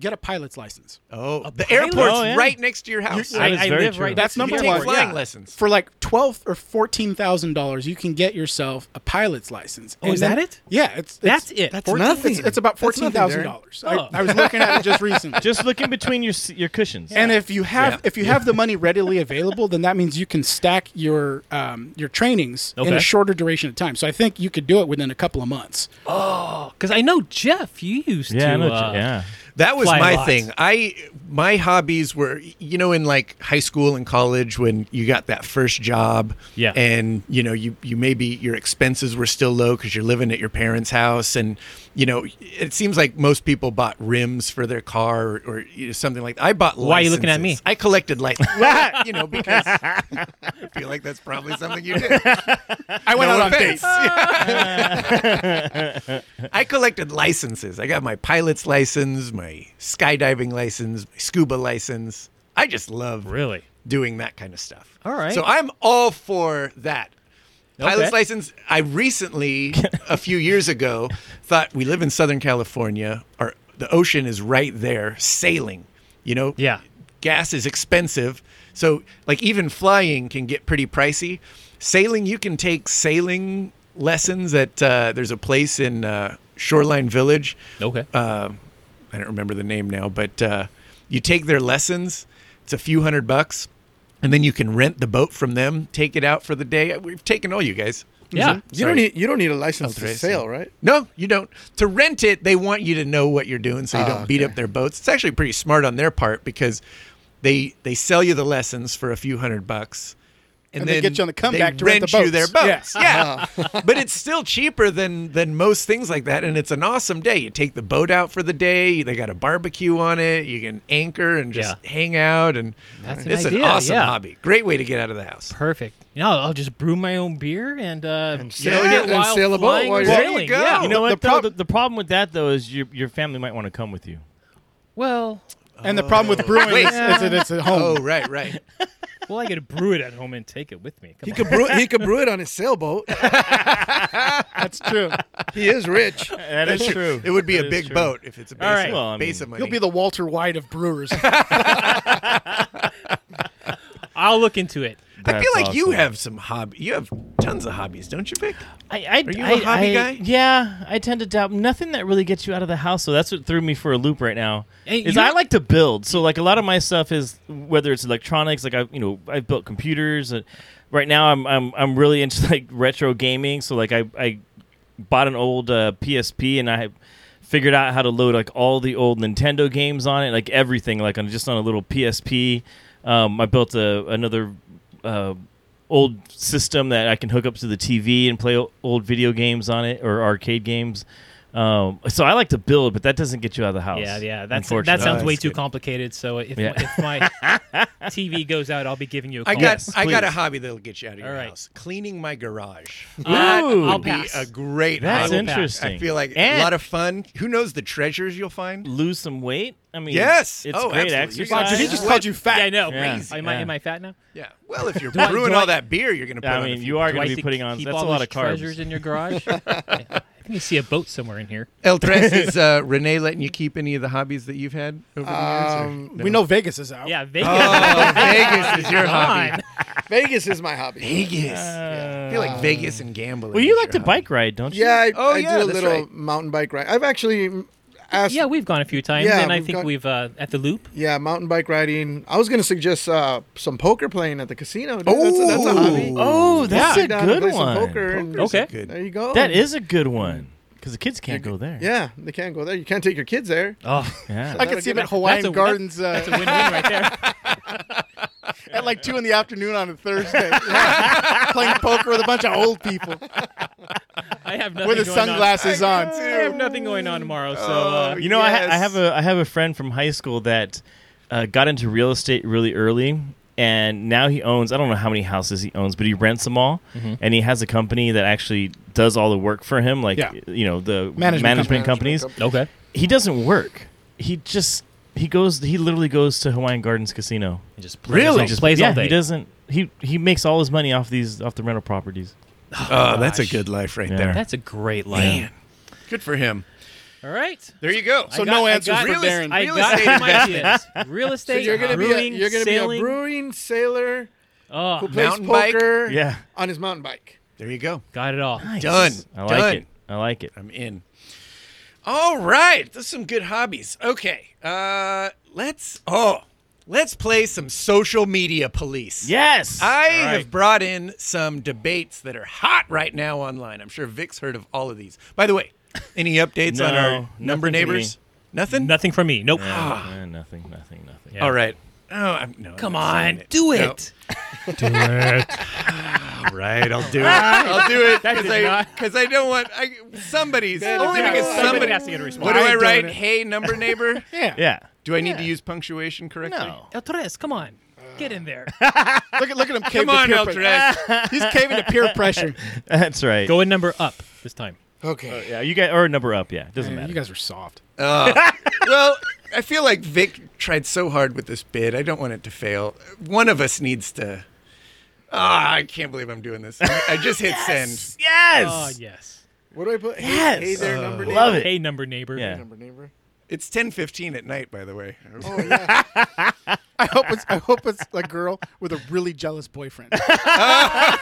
[SPEAKER 6] Get a pilot's license.
[SPEAKER 1] Oh, the airport's
[SPEAKER 2] Oh, yeah.
[SPEAKER 1] right next to your house.
[SPEAKER 2] That
[SPEAKER 4] I,
[SPEAKER 2] is
[SPEAKER 4] I
[SPEAKER 2] very
[SPEAKER 4] live
[SPEAKER 2] true.
[SPEAKER 4] right.
[SPEAKER 6] That's
[SPEAKER 4] next to
[SPEAKER 6] number
[SPEAKER 1] you
[SPEAKER 4] the
[SPEAKER 1] take
[SPEAKER 6] one.
[SPEAKER 1] flying
[SPEAKER 6] Yeah.
[SPEAKER 1] lessons.
[SPEAKER 6] For like twelve or fourteen thousand dollars, you can get yourself a pilot's license.
[SPEAKER 4] Oh, is
[SPEAKER 6] And
[SPEAKER 4] that
[SPEAKER 6] then-
[SPEAKER 4] it?
[SPEAKER 6] Yeah, it's, it's
[SPEAKER 4] That's it. That's
[SPEAKER 5] nothing.
[SPEAKER 6] It's, it's about
[SPEAKER 5] That's
[SPEAKER 6] fourteen
[SPEAKER 5] nothing,
[SPEAKER 6] thousand
[SPEAKER 5] Darren.
[SPEAKER 6] dollars. I, I was looking at it just recently.
[SPEAKER 2] Just looking between your s- your cushions.
[SPEAKER 6] and if you have
[SPEAKER 1] Yeah.
[SPEAKER 6] if you have the money readily available, then that means you can stack your um, your trainings in
[SPEAKER 4] Okay.
[SPEAKER 6] a shorter duration of time. So I think you could do it within a couple of months.
[SPEAKER 4] Because I know Jeff. You used to.
[SPEAKER 2] yeah, I know,
[SPEAKER 4] uh,
[SPEAKER 2] yeah.
[SPEAKER 1] That was
[SPEAKER 4] fly a
[SPEAKER 1] my
[SPEAKER 4] lot.
[SPEAKER 1] thing. I my hobbies were you know in like high school and college when you got that first job
[SPEAKER 4] Yeah.
[SPEAKER 1] and you know you you maybe your expenses were still low cuz you're living at your parents' house and you know it seems like most people bought rims for their car or, or you know, something like that. I bought
[SPEAKER 4] Why are you looking at
[SPEAKER 1] licenses.
[SPEAKER 4] me?
[SPEAKER 1] I collected licenses. you know because I feel like that's probably something you did.
[SPEAKER 6] I went
[SPEAKER 1] No
[SPEAKER 6] out on
[SPEAKER 1] offense.
[SPEAKER 6] dates.
[SPEAKER 1] I collected licenses. I got my pilot's license, my skydiving license, my scuba license. I just love
[SPEAKER 4] Really?
[SPEAKER 1] doing that kind of stuff.
[SPEAKER 4] All right.
[SPEAKER 1] So I'm all for that. Pilot's
[SPEAKER 4] Okay.
[SPEAKER 1] license. I recently, a few years ago, thought we live in Southern California. Our the ocean is right there. Sailing, you know.
[SPEAKER 4] Yeah.
[SPEAKER 1] Gas is expensive, so like even flying can get pretty pricey. Sailing, you can take sailing lessons at uh, there's a place in uh, Shoreline Village
[SPEAKER 4] Okay.
[SPEAKER 1] uh, I don't remember the name now, but uh, you take their lessons. It's a few hundred bucks, and then you can rent the boat from them, take it out for the day. We've taken all you guys.
[SPEAKER 4] yeah.
[SPEAKER 5] You don't need you don't need a license to
[SPEAKER 1] Eldrazi.
[SPEAKER 5] sail, right?
[SPEAKER 1] No, you don't. To rent it, they want you to know what you're doing,
[SPEAKER 6] Ah,
[SPEAKER 1] so you don't beat up their boats. It's actually pretty smart on their part because they they sell you the lessons for a few hundred bucks,
[SPEAKER 6] And they
[SPEAKER 1] then
[SPEAKER 6] get you on the comeback
[SPEAKER 1] they
[SPEAKER 6] to rent the
[SPEAKER 1] you their
[SPEAKER 6] boats. Yeah. Uh-huh.
[SPEAKER 1] boats. Yeah, but it's still cheaper than than most things like that, and it's an awesome day. You take the boat out for the day. They got a barbecue on it. You can anchor and just
[SPEAKER 4] Yeah.
[SPEAKER 1] hang out, and
[SPEAKER 4] That's an
[SPEAKER 1] it's an
[SPEAKER 4] idea,
[SPEAKER 1] awesome
[SPEAKER 4] yeah.
[SPEAKER 1] hobby. Great way to get out of the house.
[SPEAKER 4] Perfect. You know, I'll just brew my own beer and uh, and
[SPEAKER 5] sail it and sail a boat while you're-
[SPEAKER 1] There you go.
[SPEAKER 4] Yeah.
[SPEAKER 2] You know
[SPEAKER 6] the
[SPEAKER 2] what? though?
[SPEAKER 6] prob-
[SPEAKER 2] the, the problem with that though is your your family might want to come with you.
[SPEAKER 4] Well,
[SPEAKER 6] And the problem with brewing
[SPEAKER 1] Wait.
[SPEAKER 6] is, is that it's at home.
[SPEAKER 1] Oh right, right.
[SPEAKER 4] well, I could brew it at home and take it with me. Come
[SPEAKER 5] He
[SPEAKER 4] on.
[SPEAKER 5] could brew he could brew it on his sailboat.
[SPEAKER 6] That's true.
[SPEAKER 5] He is rich.
[SPEAKER 2] That is true.
[SPEAKER 1] It would be
[SPEAKER 2] That
[SPEAKER 1] a
[SPEAKER 2] is
[SPEAKER 1] big
[SPEAKER 2] true.
[SPEAKER 1] boat if it's a base,
[SPEAKER 4] All right.
[SPEAKER 1] of,
[SPEAKER 2] Well, I
[SPEAKER 1] base
[SPEAKER 2] mean-
[SPEAKER 1] of money.
[SPEAKER 6] You'll be the Walter White of brewers.
[SPEAKER 4] I'll look into it.
[SPEAKER 1] I feel
[SPEAKER 2] That's
[SPEAKER 1] like you
[SPEAKER 2] awesome.
[SPEAKER 1] have some hobby. You have tons of hobbies, don't you, Vic?
[SPEAKER 2] I, I,
[SPEAKER 1] Are you a
[SPEAKER 2] I-
[SPEAKER 1] hobby
[SPEAKER 2] I-
[SPEAKER 1] guy?
[SPEAKER 2] Yeah, I tend to doubt nothing that really gets you out of the house. So that's what threw me for a loop right now.
[SPEAKER 4] Hey,
[SPEAKER 2] is
[SPEAKER 4] you-
[SPEAKER 2] I like to build. So like a lot of my stuff is whether it's electronics, like I you know I've built computers. And right now I'm I'm I'm really into like retro gaming. So like I I bought an old uh, PSP and I figured out how to load like all the old Nintendo games on it, like everything, like on just on a little PSP. Um, I built a another uh, old system that I can hook up to the TV and play o- old video games on it or arcade games. Um, so I like to build, but that doesn't get you out of the house.
[SPEAKER 4] Yeah, yeah. That's that
[SPEAKER 2] unfortunately.
[SPEAKER 4] sounds way too complicated. So if,
[SPEAKER 2] Yeah.
[SPEAKER 4] if my TV goes out, I'll be giving you a
[SPEAKER 1] I
[SPEAKER 4] call.
[SPEAKER 1] got I got a hobby that'll get you out of your
[SPEAKER 4] All right.
[SPEAKER 1] house. Cleaning my garage.
[SPEAKER 2] Ooh.
[SPEAKER 4] I'll
[SPEAKER 1] Be
[SPEAKER 4] pass.
[SPEAKER 1] a great
[SPEAKER 2] That's
[SPEAKER 1] hobby.
[SPEAKER 2] interesting.
[SPEAKER 1] I feel like
[SPEAKER 2] And
[SPEAKER 1] a lot of fun. Who knows the treasures you'll find?
[SPEAKER 2] lose some weight. I mean,
[SPEAKER 1] Yes.
[SPEAKER 2] it's
[SPEAKER 1] Oh,
[SPEAKER 2] great
[SPEAKER 1] absolutely. You're
[SPEAKER 2] exercise. Uh,
[SPEAKER 1] gonna-
[SPEAKER 5] he just called you fat.
[SPEAKER 4] yeah, I know.
[SPEAKER 2] Yeah.
[SPEAKER 4] Crazy. Am, I,
[SPEAKER 2] Yeah.
[SPEAKER 4] am I fat now?
[SPEAKER 1] Yeah. Well, if you're
[SPEAKER 4] I-
[SPEAKER 1] brewing
[SPEAKER 4] do I-
[SPEAKER 1] all that beer, you're gonna put
[SPEAKER 2] I
[SPEAKER 1] on a
[SPEAKER 2] mean,
[SPEAKER 1] few
[SPEAKER 2] you are
[SPEAKER 4] Do
[SPEAKER 2] going
[SPEAKER 4] I
[SPEAKER 2] to
[SPEAKER 4] have
[SPEAKER 2] be
[SPEAKER 4] to
[SPEAKER 2] putting on.
[SPEAKER 4] keep
[SPEAKER 2] That's a
[SPEAKER 4] all
[SPEAKER 2] lot
[SPEAKER 4] those
[SPEAKER 2] of carbs.
[SPEAKER 4] treasures in your garage. I think you see a boat somewhere in here.
[SPEAKER 1] El Tres is uh, Renee letting you keep any of the hobbies that you've had over the years?
[SPEAKER 6] Um, We know Vegas is out.
[SPEAKER 4] Yeah, Vegas.
[SPEAKER 1] Oh, Vegas is your hobby.
[SPEAKER 4] Come
[SPEAKER 5] Vegas is my hobby.
[SPEAKER 1] Vegas. I feel like Vegas and gambling.
[SPEAKER 2] Um, Well,
[SPEAKER 1] is
[SPEAKER 2] you like to
[SPEAKER 1] your hobby.
[SPEAKER 2] bike ride, don't you?
[SPEAKER 5] Yeah, I,
[SPEAKER 1] Oh,
[SPEAKER 5] I
[SPEAKER 1] yeah,
[SPEAKER 5] do a
[SPEAKER 1] that's
[SPEAKER 5] little
[SPEAKER 1] right.
[SPEAKER 5] mountain bike ride. I've actually mm, asked.
[SPEAKER 4] yeah, we've gone a few times,
[SPEAKER 5] Yeah,
[SPEAKER 4] and I
[SPEAKER 5] we've
[SPEAKER 4] think
[SPEAKER 5] gone-
[SPEAKER 4] we've uh, at the loop.
[SPEAKER 5] Yeah, mountain bike riding. I was gonna suggest uh, some poker playing at the casino. Dude. That's, a, that's a hobby.
[SPEAKER 2] Oh, that's
[SPEAKER 5] Sit
[SPEAKER 2] a
[SPEAKER 5] down and
[SPEAKER 2] good
[SPEAKER 5] play
[SPEAKER 2] one.
[SPEAKER 5] Some poker and
[SPEAKER 4] Poker's Okay.
[SPEAKER 1] good.
[SPEAKER 5] There you go.
[SPEAKER 2] That is a good one because the kids can't go there.
[SPEAKER 5] Yeah, they can't go there. You can't take your kids there.
[SPEAKER 2] Oh, yeah.
[SPEAKER 6] I could see him at Hawaiian
[SPEAKER 4] That's a-
[SPEAKER 6] Gardens uh,
[SPEAKER 4] It's a win-win right there.
[SPEAKER 6] at like two in the afternoon on a Thursday, Yeah. playing poker with a bunch of old people
[SPEAKER 4] I have nothing
[SPEAKER 6] with the
[SPEAKER 4] going on.
[SPEAKER 6] sunglasses Oh, on.
[SPEAKER 4] I have nothing going on tomorrow, so uh,
[SPEAKER 2] You know, I, ha- I
[SPEAKER 5] Yes.
[SPEAKER 2] have a I have a friend from high school that uh, got into real estate really early, and now he owns I don't know how many houses he owns, but he rents them all, and he has a company that actually does all the work for him, like
[SPEAKER 6] Yeah.
[SPEAKER 2] you know the
[SPEAKER 6] Management
[SPEAKER 2] management,
[SPEAKER 6] company.
[SPEAKER 2] companies.
[SPEAKER 4] okay.
[SPEAKER 2] He doesn't work. He just he goes. He literally goes to Hawaiian Gardens Casino.
[SPEAKER 4] He just
[SPEAKER 1] Really?
[SPEAKER 4] He just plays
[SPEAKER 2] yeah,
[SPEAKER 4] all day.
[SPEAKER 2] he doesn't. He he makes all his money off these off the rental properties.
[SPEAKER 1] Oh, that's a good life right
[SPEAKER 2] Yeah.
[SPEAKER 1] there.
[SPEAKER 4] That's a great line.
[SPEAKER 1] Man, good for him.
[SPEAKER 4] All right.
[SPEAKER 1] There you go.
[SPEAKER 4] I got- I got-
[SPEAKER 1] real
[SPEAKER 6] Darren.
[SPEAKER 4] I
[SPEAKER 1] Real
[SPEAKER 4] got
[SPEAKER 1] estate
[SPEAKER 4] some ideas. Real estate,
[SPEAKER 5] you're gonna
[SPEAKER 4] brewing,
[SPEAKER 5] be a, you're gonna
[SPEAKER 4] sailing.
[SPEAKER 5] be a brewing sailor
[SPEAKER 4] oh,
[SPEAKER 5] who plays
[SPEAKER 1] Mountain bike?
[SPEAKER 5] poker
[SPEAKER 2] Uh, Yeah,
[SPEAKER 5] on his mountain bike.
[SPEAKER 1] There you go.
[SPEAKER 4] got it all.
[SPEAKER 1] Done.
[SPEAKER 2] I like
[SPEAKER 1] Done.
[SPEAKER 2] it. I like it.
[SPEAKER 1] I'm in. All right, that's some good hobbies. Okay, uh, let's oh, let's play some social media police.
[SPEAKER 2] Yes.
[SPEAKER 4] Ah.
[SPEAKER 1] I
[SPEAKER 2] All right.
[SPEAKER 1] have brought in some debates that are hot right now online. I'm sure Vic's heard of all of these. By the way, any updates on
[SPEAKER 2] No,
[SPEAKER 1] our number
[SPEAKER 2] nothing for
[SPEAKER 1] neighbors? Nothing.
[SPEAKER 4] Nothing for me. Nope.
[SPEAKER 2] Yeah, yeah, nothing. Nothing. Nothing.
[SPEAKER 4] Yeah.
[SPEAKER 1] All right. Oh, I'm, no, I'm
[SPEAKER 4] Come
[SPEAKER 1] not saying
[SPEAKER 4] on, do
[SPEAKER 1] No.
[SPEAKER 4] it. Do it.
[SPEAKER 1] All right, I'll do it. I'll do it
[SPEAKER 4] That did not-
[SPEAKER 1] because I, don't want I, somebody's only
[SPEAKER 4] yeah,
[SPEAKER 1] because
[SPEAKER 4] somebody
[SPEAKER 1] somebody
[SPEAKER 4] has to get a response.
[SPEAKER 1] What do
[SPEAKER 6] I
[SPEAKER 1] I
[SPEAKER 6] ain't
[SPEAKER 1] write?
[SPEAKER 6] doing it.
[SPEAKER 1] Hey, number neighbor.
[SPEAKER 6] Yeah.
[SPEAKER 2] Yeah.
[SPEAKER 1] Do I need to use punctuation correctly?
[SPEAKER 2] No.
[SPEAKER 4] El Torres, come on. Get in there.
[SPEAKER 6] Look at look at him. cave
[SPEAKER 1] Come
[SPEAKER 6] to
[SPEAKER 1] on,
[SPEAKER 6] peer
[SPEAKER 1] El
[SPEAKER 6] pressure.
[SPEAKER 1] Tres.
[SPEAKER 6] He's caving to peer pressure.
[SPEAKER 2] That's right.
[SPEAKER 4] Go a number up this time.
[SPEAKER 5] Okay.
[SPEAKER 2] Yeah, you guys or number up. Yeah, doesn't
[SPEAKER 6] Man,
[SPEAKER 2] matter.
[SPEAKER 6] you guys are soft.
[SPEAKER 1] well, I feel like Vic tried so hard with this bid. I don't want it to fail. One of us needs to. Ah, I can't believe I'm doing this. I I just hit send.
[SPEAKER 2] yes.
[SPEAKER 4] Oh, yes.
[SPEAKER 5] What do I put? Hey-
[SPEAKER 2] Yes.
[SPEAKER 5] Hey, there, number neighbor.
[SPEAKER 2] Love it.
[SPEAKER 4] Hey, number neighbor.
[SPEAKER 2] Yeah.
[SPEAKER 5] Number neighbor.
[SPEAKER 1] It's 10:15 at night, by the way.
[SPEAKER 5] Oh yeah.
[SPEAKER 6] I hope it's I hope it's a girl with a really jealous boyfriend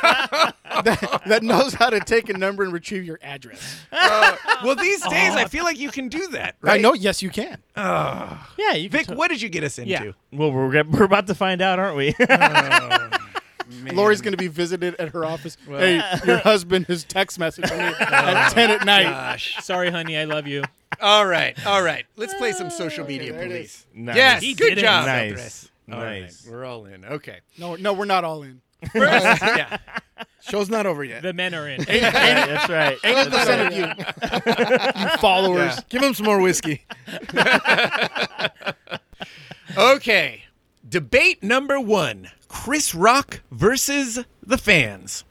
[SPEAKER 6] that, that knows how to take a number and retrieve your address.
[SPEAKER 1] well, these days I feel like you can do that,
[SPEAKER 6] I
[SPEAKER 1] right?
[SPEAKER 6] know. Yes, you can.
[SPEAKER 2] yeah, you
[SPEAKER 1] Vic,
[SPEAKER 2] can t-
[SPEAKER 1] what did you get us into?
[SPEAKER 4] Yeah.
[SPEAKER 2] well, we're get- we're about to find out, aren't we?
[SPEAKER 6] Lori's going to be visited at her office. hey, your husband has text messaged me at ten at night.
[SPEAKER 1] Gosh.
[SPEAKER 4] Sorry, honey. I love you.
[SPEAKER 1] All right, all right. Let's play some social media
[SPEAKER 5] there it
[SPEAKER 1] police.
[SPEAKER 2] Nice.
[SPEAKER 1] Yes,
[SPEAKER 4] He
[SPEAKER 1] good
[SPEAKER 4] did it.
[SPEAKER 1] job.
[SPEAKER 2] Nice.
[SPEAKER 1] Andres. All right,
[SPEAKER 2] Nice.
[SPEAKER 1] we're all in. Okay.
[SPEAKER 6] No, no, we're not all in.
[SPEAKER 1] First, yeah.
[SPEAKER 5] Show's not over yet.
[SPEAKER 4] The men are in.
[SPEAKER 2] Yeah, that's right.
[SPEAKER 6] Eighty percent of you, you followers.
[SPEAKER 5] Give him some more whiskey.
[SPEAKER 1] Okay. Debate number one Chris Rock versus the fans.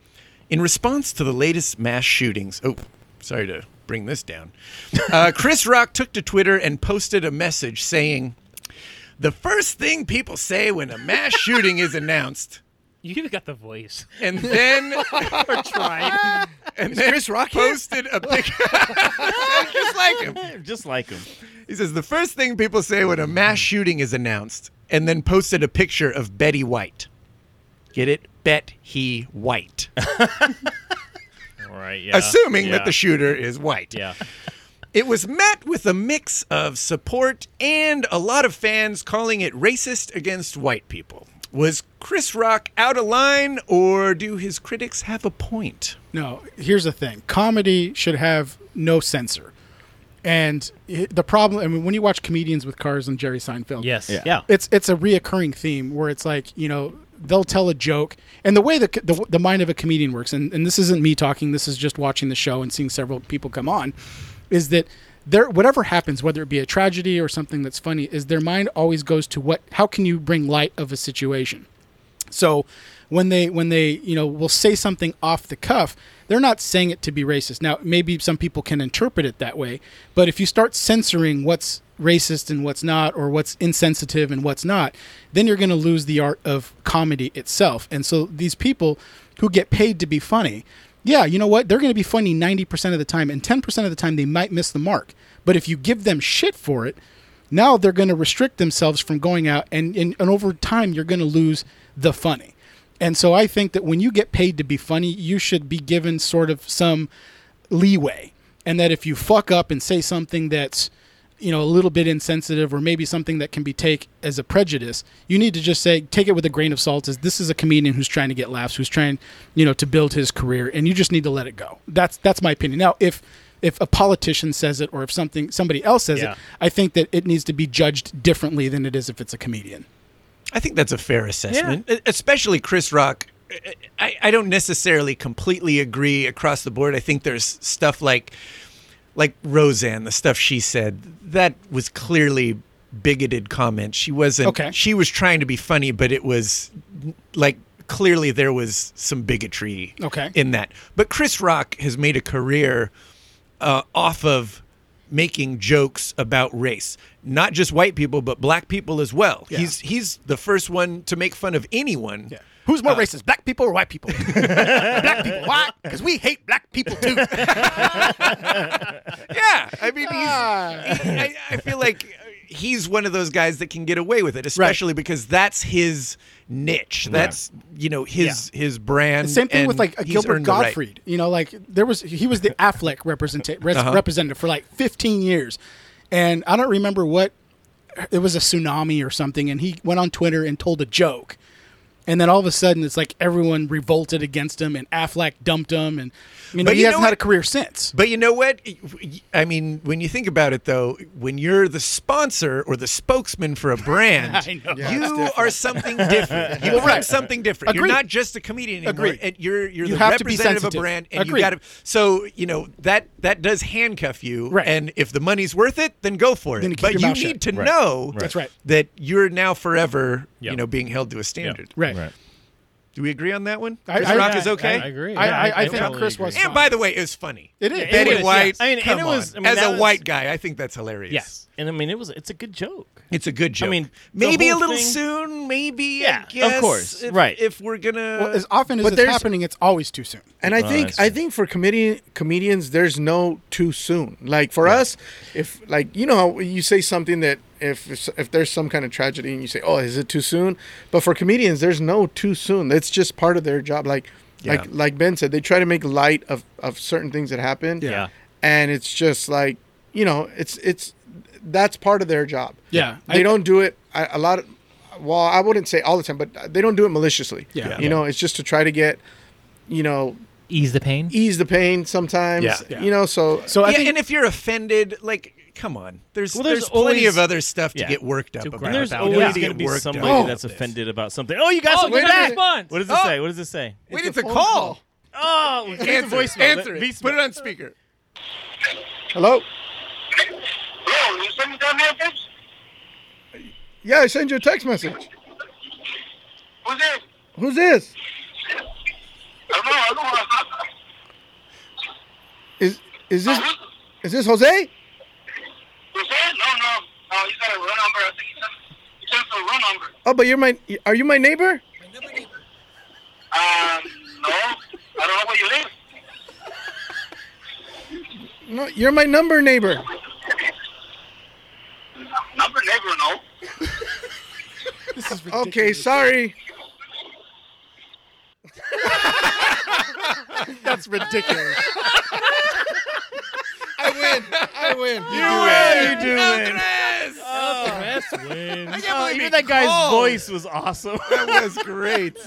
[SPEAKER 1] In response to the latest mass shootings, oh, sorry to bring this down. Uh, Chris Rock took to Twitter and posted a message saying, The first thing people say when a mass shooting is announced.
[SPEAKER 4] You got the voice.
[SPEAKER 1] And then,
[SPEAKER 4] Or tried.
[SPEAKER 1] and then Chris Rock posted a picture. just like him.
[SPEAKER 2] Just like him.
[SPEAKER 1] He says the first thing people say when a mass shooting is announced, and then posted a picture of Betty White. Get it? Bet he white.
[SPEAKER 2] All right. Yeah.
[SPEAKER 1] Assuming
[SPEAKER 2] Uh, yeah,
[SPEAKER 1] that the shooter is white.
[SPEAKER 2] yeah.
[SPEAKER 1] It was met with a mix of support and a lot of fans calling it racist against white people. Was Chris Rock out of line, or do his critics have a point?
[SPEAKER 6] No, here's the thing: comedy should have no censor, and it, the problem. I mean, when you watch comedians with cars and Jerry Seinfeld,
[SPEAKER 4] Yes. Yeah.
[SPEAKER 6] it's it's a reoccurring theme where it's like you know they'll tell a joke and the way the the, the mind of a comedian works and, and this isn't me talking this is just watching the show and seeing several people come on is that there whatever happens, whether it be a tragedy or something that's funny, is their mind always goes to what how can you bring light of a situation. So when they when they you know will say something off the cuff, they're not saying it to be racist. Now maybe some people can interpret it that way, but if you start censoring what's racist and what's not, or what's insensitive and what's not, then you're going to lose the art of comedy itself. And so these people who get paid to be funny, yeah, you know what? They're going to be funny 90% of the time, and 10% of the time they might miss the mark. But if you give them shit for it, now they're going to restrict themselves from going out and, and, and over time you're going to lose the funny and so i think that when you get paid to be funny you should be given sort of some leeway and that if you fuck up and say something that's you know a little bit insensitive or maybe something that can be take as a prejudice you need to just say take it with a grain of salt as this is a comedian who's trying to get laughs who's trying you know to build his career and you just need to let it go that's that's my opinion now if if a politician says it or if something somebody else says
[SPEAKER 2] Yeah.
[SPEAKER 6] it i think that it needs to be judged differently than it is if it's a comedian
[SPEAKER 1] I think that's a fair assessment, E- especially Chris Rock. E, I, I don't necessarily completely agree across the board. I think there's stuff like, like Roseanne, the stuff she said that was clearly bigoted comment. She wasn't.
[SPEAKER 6] Okay.
[SPEAKER 1] She was trying to be funny, but it was like clearly there was some bigotry.
[SPEAKER 6] Okay.
[SPEAKER 1] In that, but Chris Rock has made a career uh, off of making jokes about race, not just white people, but black people as well. He's he's the first one to make fun of anyone.
[SPEAKER 5] Who's
[SPEAKER 6] Uh,
[SPEAKER 5] more racist, black people or white people? black people. Why? Because we hate black people too.
[SPEAKER 1] Yeah, I mean, he's, I, I feel like uh, he's one of those guys that can get away with it, especially because that's his niche. That's you know his his brand.
[SPEAKER 6] Same thing
[SPEAKER 1] and
[SPEAKER 6] with like a
[SPEAKER 1] he's
[SPEAKER 6] Gilbert
[SPEAKER 1] earned the right.
[SPEAKER 6] Gottfried. You know, like there was he was the Affleck representative
[SPEAKER 1] Uh-huh.
[SPEAKER 6] representative for like 15 years, and I don't remember what it was a tsunami or something, and he went on Twitter and told a joke, and then all of a sudden it's like everyone revolted against him, and Affleck dumped him, and you know
[SPEAKER 1] But
[SPEAKER 6] he
[SPEAKER 1] you
[SPEAKER 6] hasn't
[SPEAKER 1] know
[SPEAKER 6] had a
[SPEAKER 1] what?
[SPEAKER 6] career since.
[SPEAKER 1] But you know what? I mean, when you think about it, though, when you're the sponsor or the spokesman for a brand,
[SPEAKER 6] I know. Yeah, it's
[SPEAKER 1] you are something different. You are something different.
[SPEAKER 6] Agreed.
[SPEAKER 1] You're not just a comedian anymore.
[SPEAKER 6] Agreed.
[SPEAKER 1] And You're you're
[SPEAKER 6] You
[SPEAKER 1] the
[SPEAKER 6] have to be
[SPEAKER 1] representative of a
[SPEAKER 6] sensitive.
[SPEAKER 1] brand, and
[SPEAKER 6] Agreed.
[SPEAKER 1] you got to. So you know that that does handcuff you.
[SPEAKER 6] Right.
[SPEAKER 1] And if the money's worth it, then go for it.
[SPEAKER 6] Then you keep
[SPEAKER 1] but
[SPEAKER 6] your
[SPEAKER 1] you
[SPEAKER 6] mouth shut.
[SPEAKER 1] need to know
[SPEAKER 6] That's right.
[SPEAKER 1] that you're now forever,
[SPEAKER 2] Yeah.
[SPEAKER 1] you know, being held to a standard.
[SPEAKER 6] Right.
[SPEAKER 2] Right.
[SPEAKER 1] Do we agree on that one?
[SPEAKER 6] I-
[SPEAKER 1] Chris
[SPEAKER 6] I-
[SPEAKER 1] Rock
[SPEAKER 6] yeah,
[SPEAKER 1] is okay.
[SPEAKER 4] I agree.
[SPEAKER 6] I,
[SPEAKER 4] Yeah,
[SPEAKER 6] I, I
[SPEAKER 4] I
[SPEAKER 6] think
[SPEAKER 4] totally
[SPEAKER 6] Chris
[SPEAKER 4] agree.
[SPEAKER 6] was.
[SPEAKER 1] And
[SPEAKER 6] fine.
[SPEAKER 1] by the way, it was funny.
[SPEAKER 6] It is.
[SPEAKER 1] Betty
[SPEAKER 2] It was,
[SPEAKER 1] White.
[SPEAKER 2] yeah. I mean, and
[SPEAKER 1] come
[SPEAKER 2] it was-
[SPEAKER 1] on.
[SPEAKER 2] I mean,
[SPEAKER 1] as
[SPEAKER 2] that
[SPEAKER 1] a
[SPEAKER 2] was-
[SPEAKER 1] white guy, I think that's hilarious.
[SPEAKER 4] Yes.
[SPEAKER 2] And I mean, it was it's a good joke.
[SPEAKER 1] it's a good joke.
[SPEAKER 2] mean, the
[SPEAKER 1] maybe a
[SPEAKER 2] whole
[SPEAKER 1] little
[SPEAKER 2] thing-
[SPEAKER 1] soon. Maybe
[SPEAKER 2] Yeah,
[SPEAKER 1] I
[SPEAKER 2] of
[SPEAKER 1] guess,
[SPEAKER 2] course,
[SPEAKER 1] if-
[SPEAKER 2] right.
[SPEAKER 1] If we're gonna,
[SPEAKER 6] Well, as often as
[SPEAKER 5] But
[SPEAKER 6] it's
[SPEAKER 5] there's-
[SPEAKER 6] happening, it's always too soon.
[SPEAKER 5] And I
[SPEAKER 2] Oh,
[SPEAKER 5] think
[SPEAKER 2] that's
[SPEAKER 5] I
[SPEAKER 2] true.
[SPEAKER 5] think for comedian comedians, there's no too soon. Like for us, if like you know how you say something that if if there's some kind of tragedy and you say, oh, is it too soon? But for comedians, there's no too soon. That's just part of their job. Like like like Ben said, they try to make light of of certain things that happen.
[SPEAKER 2] Yeah.
[SPEAKER 5] and it's just like you know, it's it's that's part of their job.
[SPEAKER 6] Yeah.
[SPEAKER 5] they
[SPEAKER 6] I-
[SPEAKER 5] don't do it I, a lot. Of, well, I wouldn't say all the time, but they don't do it maliciously.
[SPEAKER 6] Yeah. Yeah.
[SPEAKER 5] you know, it's just to try to get. You know,
[SPEAKER 4] Ease the pain.
[SPEAKER 5] ease the pain sometimes.
[SPEAKER 1] Yeah.
[SPEAKER 6] Yeah.
[SPEAKER 5] You know, so
[SPEAKER 6] So I
[SPEAKER 1] yeah,
[SPEAKER 6] think
[SPEAKER 1] and if you're offended, like, come on. There's
[SPEAKER 2] Well,
[SPEAKER 1] there's,
[SPEAKER 2] there's
[SPEAKER 1] plenty
[SPEAKER 2] always-
[SPEAKER 1] of other stuff
[SPEAKER 2] yeah.
[SPEAKER 1] to get worked up
[SPEAKER 4] To
[SPEAKER 1] about.
[SPEAKER 2] And
[SPEAKER 4] grind
[SPEAKER 2] there's
[SPEAKER 4] Yeah.
[SPEAKER 2] always
[SPEAKER 1] Oh, Yeah.
[SPEAKER 2] going to be
[SPEAKER 1] Get worked
[SPEAKER 2] somebody
[SPEAKER 1] up.
[SPEAKER 2] that's offended about something. Oh, you got Oh.
[SPEAKER 4] Oh,
[SPEAKER 2] something
[SPEAKER 5] wait a
[SPEAKER 2] back.
[SPEAKER 5] minute.
[SPEAKER 2] What does it say? What does it say?
[SPEAKER 1] We
[SPEAKER 5] It's
[SPEAKER 1] need to
[SPEAKER 5] a phone
[SPEAKER 1] call.
[SPEAKER 2] Oh, it's a
[SPEAKER 1] Answer, it.
[SPEAKER 2] voicemail.
[SPEAKER 1] answer
[SPEAKER 2] Be
[SPEAKER 1] it.
[SPEAKER 2] smart.
[SPEAKER 1] Put it on speaker.
[SPEAKER 5] hello.
[SPEAKER 7] Hello, is somebody down there, folks?
[SPEAKER 5] Yeah, I sent you a text message.
[SPEAKER 7] Who's there?
[SPEAKER 5] Who's this?
[SPEAKER 7] Hello, hello.
[SPEAKER 5] Is is this is this Jose?
[SPEAKER 7] Who's there? No, no. No, he's got a real number. I think he sent, he sent us a real number.
[SPEAKER 5] Oh, but you're my are you my neighbor?
[SPEAKER 7] Um, no. I don't know where you live.
[SPEAKER 5] No, you're my number neighbor.
[SPEAKER 7] Number neighbor, no.
[SPEAKER 5] Okay, sorry.
[SPEAKER 6] that's ridiculous.
[SPEAKER 5] I win. I win.
[SPEAKER 2] How you doing?
[SPEAKER 1] Yes, can't
[SPEAKER 2] wins. Oh,
[SPEAKER 1] believe he
[SPEAKER 2] even that guy's
[SPEAKER 1] called.
[SPEAKER 2] voice was awesome.
[SPEAKER 1] that was great.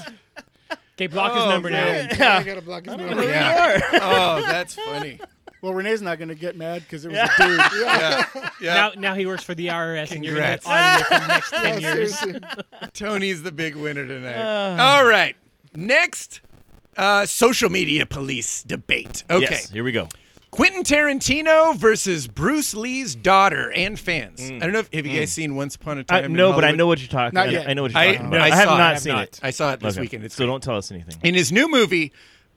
[SPEAKER 4] Okay, block his
[SPEAKER 1] Oh,
[SPEAKER 4] number
[SPEAKER 1] man.
[SPEAKER 4] now.
[SPEAKER 5] Yeah. I gotta block his number.
[SPEAKER 1] Yeah. oh, that's funny.
[SPEAKER 6] Well, Renee's not going to get mad because it was a dude.
[SPEAKER 1] Yeah. Yeah.
[SPEAKER 4] Now, now he works for the IRS, and you're gonna
[SPEAKER 1] Congrats.
[SPEAKER 4] get audited for the next ten years.
[SPEAKER 5] Seriously.
[SPEAKER 1] Tony's the big winner tonight. All right. Next, uh, social media police debate. Okay.
[SPEAKER 2] Yes, here we go.
[SPEAKER 1] Quentin Tarantino versus Bruce Lee's daughter and fans. I don't know if have you guys seen Once Upon a
[SPEAKER 2] Mm. I,
[SPEAKER 1] Time. in
[SPEAKER 2] no, but I
[SPEAKER 1] Hollywood?
[SPEAKER 2] know what you're talking.
[SPEAKER 6] Not
[SPEAKER 2] I-
[SPEAKER 6] yet.
[SPEAKER 2] I know what you're
[SPEAKER 1] I,
[SPEAKER 2] talking
[SPEAKER 1] no,
[SPEAKER 2] about. I,
[SPEAKER 1] I
[SPEAKER 2] have
[SPEAKER 1] saw it.
[SPEAKER 2] not
[SPEAKER 1] I have
[SPEAKER 2] seen
[SPEAKER 1] not.
[SPEAKER 2] it.
[SPEAKER 1] I saw it this
[SPEAKER 2] Okay.
[SPEAKER 1] weekend. It's
[SPEAKER 2] so
[SPEAKER 1] great.
[SPEAKER 2] don't tell us anything.
[SPEAKER 1] in his new movie,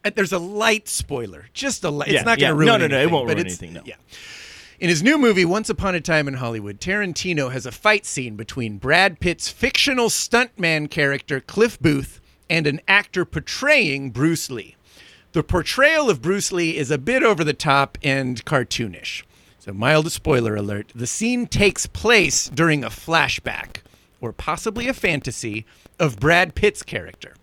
[SPEAKER 1] uh, there's a light spoiler. Just a light.
[SPEAKER 2] Yeah,
[SPEAKER 1] it's not going
[SPEAKER 2] yeah.
[SPEAKER 1] to ruin
[SPEAKER 2] No, no, no, it
[SPEAKER 1] anything,
[SPEAKER 2] won't
[SPEAKER 1] but
[SPEAKER 2] ruin
[SPEAKER 1] it's-
[SPEAKER 2] anything, no.
[SPEAKER 1] Yeah. In his new movie, Once Upon a Time in Hollywood, Tarantino has a fight scene between Brad Pitt's fictional stuntman character, Cliff Booth, and an actor portraying Bruce Lee. The portrayal of Bruce Lee is a bit over the top and cartoonish. So, mild spoiler alert the scene takes place during a flashback, or possibly a fantasy, of Brad Pitt's character.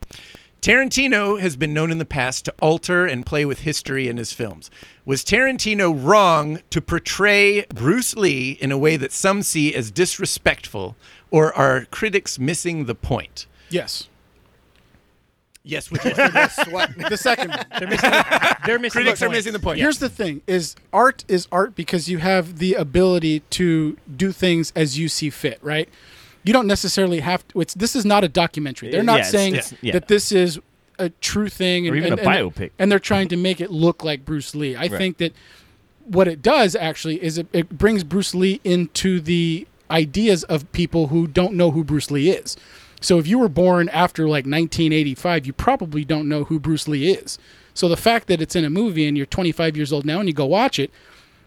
[SPEAKER 1] Tarantino has been known in the past to alter and play with history in his films. Was Tarantino wrong to portray Bruce Lee in a way that some see as disrespectful, or are critics missing the point?
[SPEAKER 6] Yes.
[SPEAKER 1] Yes, which one?
[SPEAKER 5] What?
[SPEAKER 6] The second one.
[SPEAKER 4] They're missing
[SPEAKER 1] critics
[SPEAKER 4] the
[SPEAKER 1] are
[SPEAKER 4] point.
[SPEAKER 1] missing the point.
[SPEAKER 6] Here's the thing: is art is art because you have the ability to do things as you see fit, right? You don't necessarily have to. It's this is not a documentary. They're not
[SPEAKER 2] Yeah, it's-
[SPEAKER 6] saying
[SPEAKER 2] it's- yeah.
[SPEAKER 6] that this is a true thing, and,
[SPEAKER 2] even
[SPEAKER 6] and-
[SPEAKER 2] a
[SPEAKER 6] and-
[SPEAKER 2] biopic.
[SPEAKER 6] And they're trying to make it look like Bruce Lee. I think that what it does actually is it, it brings Bruce Lee into the ideas of people who don't know who Bruce Lee is. So if you were born after like 1985, you probably don't know who Bruce Lee is. So the fact that it's in a movie and you're 25 years old now and you go watch it,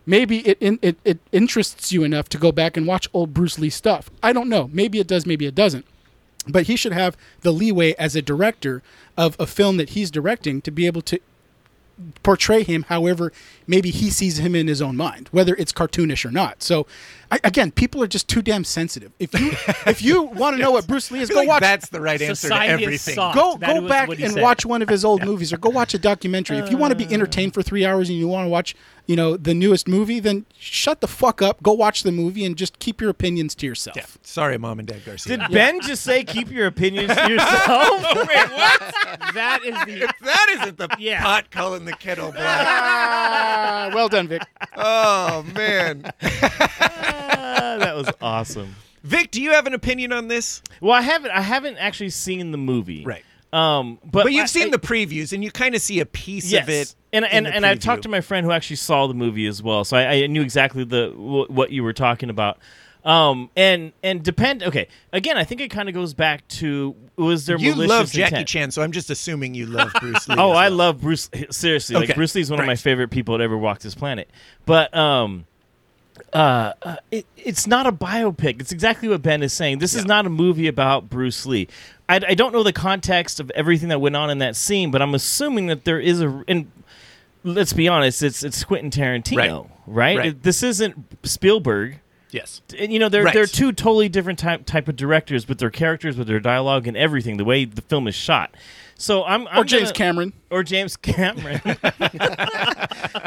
[SPEAKER 6] maybe it in, it, it interests you enough to go back and watch old Bruce Lee stuff. I don't know. Maybe it does. Maybe it doesn't but he should have the leeway as a director of a film that he's directing to be able to portray him however maybe he sees him in his own mind whether it's cartoonish or not so I, again people are just too damn sensitive if you if you want to know what bruce lee is
[SPEAKER 1] I feel
[SPEAKER 6] go
[SPEAKER 1] like
[SPEAKER 6] watch
[SPEAKER 1] that's the right answer to
[SPEAKER 4] Society of
[SPEAKER 1] everything.
[SPEAKER 4] soft.
[SPEAKER 6] go
[SPEAKER 4] That
[SPEAKER 6] go
[SPEAKER 4] was
[SPEAKER 6] back
[SPEAKER 4] what he
[SPEAKER 6] and
[SPEAKER 4] said.
[SPEAKER 6] watch one of his old movies or go watch a documentary if you want to be entertained for three hours and you want to watch you know the newest movie then shut the fuck up go watch the movie and just keep your opinions to yourself
[SPEAKER 1] Yeah. Sorry, mom and dad Garcia.
[SPEAKER 2] Did Ben just say keep your opinions to yourself?
[SPEAKER 1] wait, what?
[SPEAKER 4] That is the.
[SPEAKER 1] that isn't the
[SPEAKER 4] Yeah.
[SPEAKER 1] pot calling the kettle black.
[SPEAKER 6] Ah, well done vic
[SPEAKER 1] Oh man,
[SPEAKER 2] Ah, that was awesome.
[SPEAKER 1] Vic, do you have an opinion on this?
[SPEAKER 2] Well, I haven't. I haven't actually seen the movie.
[SPEAKER 1] Right.
[SPEAKER 2] Um. But,
[SPEAKER 1] But
[SPEAKER 2] I-
[SPEAKER 1] you've seen
[SPEAKER 2] I-
[SPEAKER 1] the previews, and you kind of see a piece
[SPEAKER 2] yes.
[SPEAKER 1] of it.
[SPEAKER 2] And
[SPEAKER 1] in
[SPEAKER 2] and,
[SPEAKER 1] the
[SPEAKER 2] and I've
[SPEAKER 1] preview.
[SPEAKER 2] talked to my friend who actually saw the movie as well, so I, I knew exactly the wh- what you were talking about. Um. And and depend. Okay. Again, I think it kind of goes back to was there
[SPEAKER 1] You
[SPEAKER 2] malicious
[SPEAKER 1] love Jackie
[SPEAKER 2] intent?
[SPEAKER 1] Chan, so I'm just assuming you love Bruce Lee.
[SPEAKER 2] Oh,
[SPEAKER 1] as
[SPEAKER 2] I
[SPEAKER 1] well.
[SPEAKER 2] love Bruce. Seriously,
[SPEAKER 1] Okay.
[SPEAKER 2] like Bruce Lee's one of my
[SPEAKER 1] Right.
[SPEAKER 2] favorite people that ever walked this planet. But um, uh, uh, it, it's not a biopic. It's exactly what Ben is saying. This is not a movie about Bruce Lee. I, I don't know the context of everything that went on in that scene, but I'm assuming that there is a and let's be honest, it's it's Quentin Tarantino, right?
[SPEAKER 1] Right.
[SPEAKER 2] It- this isn't Spielberg
[SPEAKER 1] Yes.
[SPEAKER 2] and you know they're
[SPEAKER 1] Right.
[SPEAKER 2] they're two totally different type type of directors with their characters, with their dialogue and everything, the way the film is shot. So I'm, I'm
[SPEAKER 6] or james
[SPEAKER 2] gonna-
[SPEAKER 6] cameron
[SPEAKER 2] or James Cameron.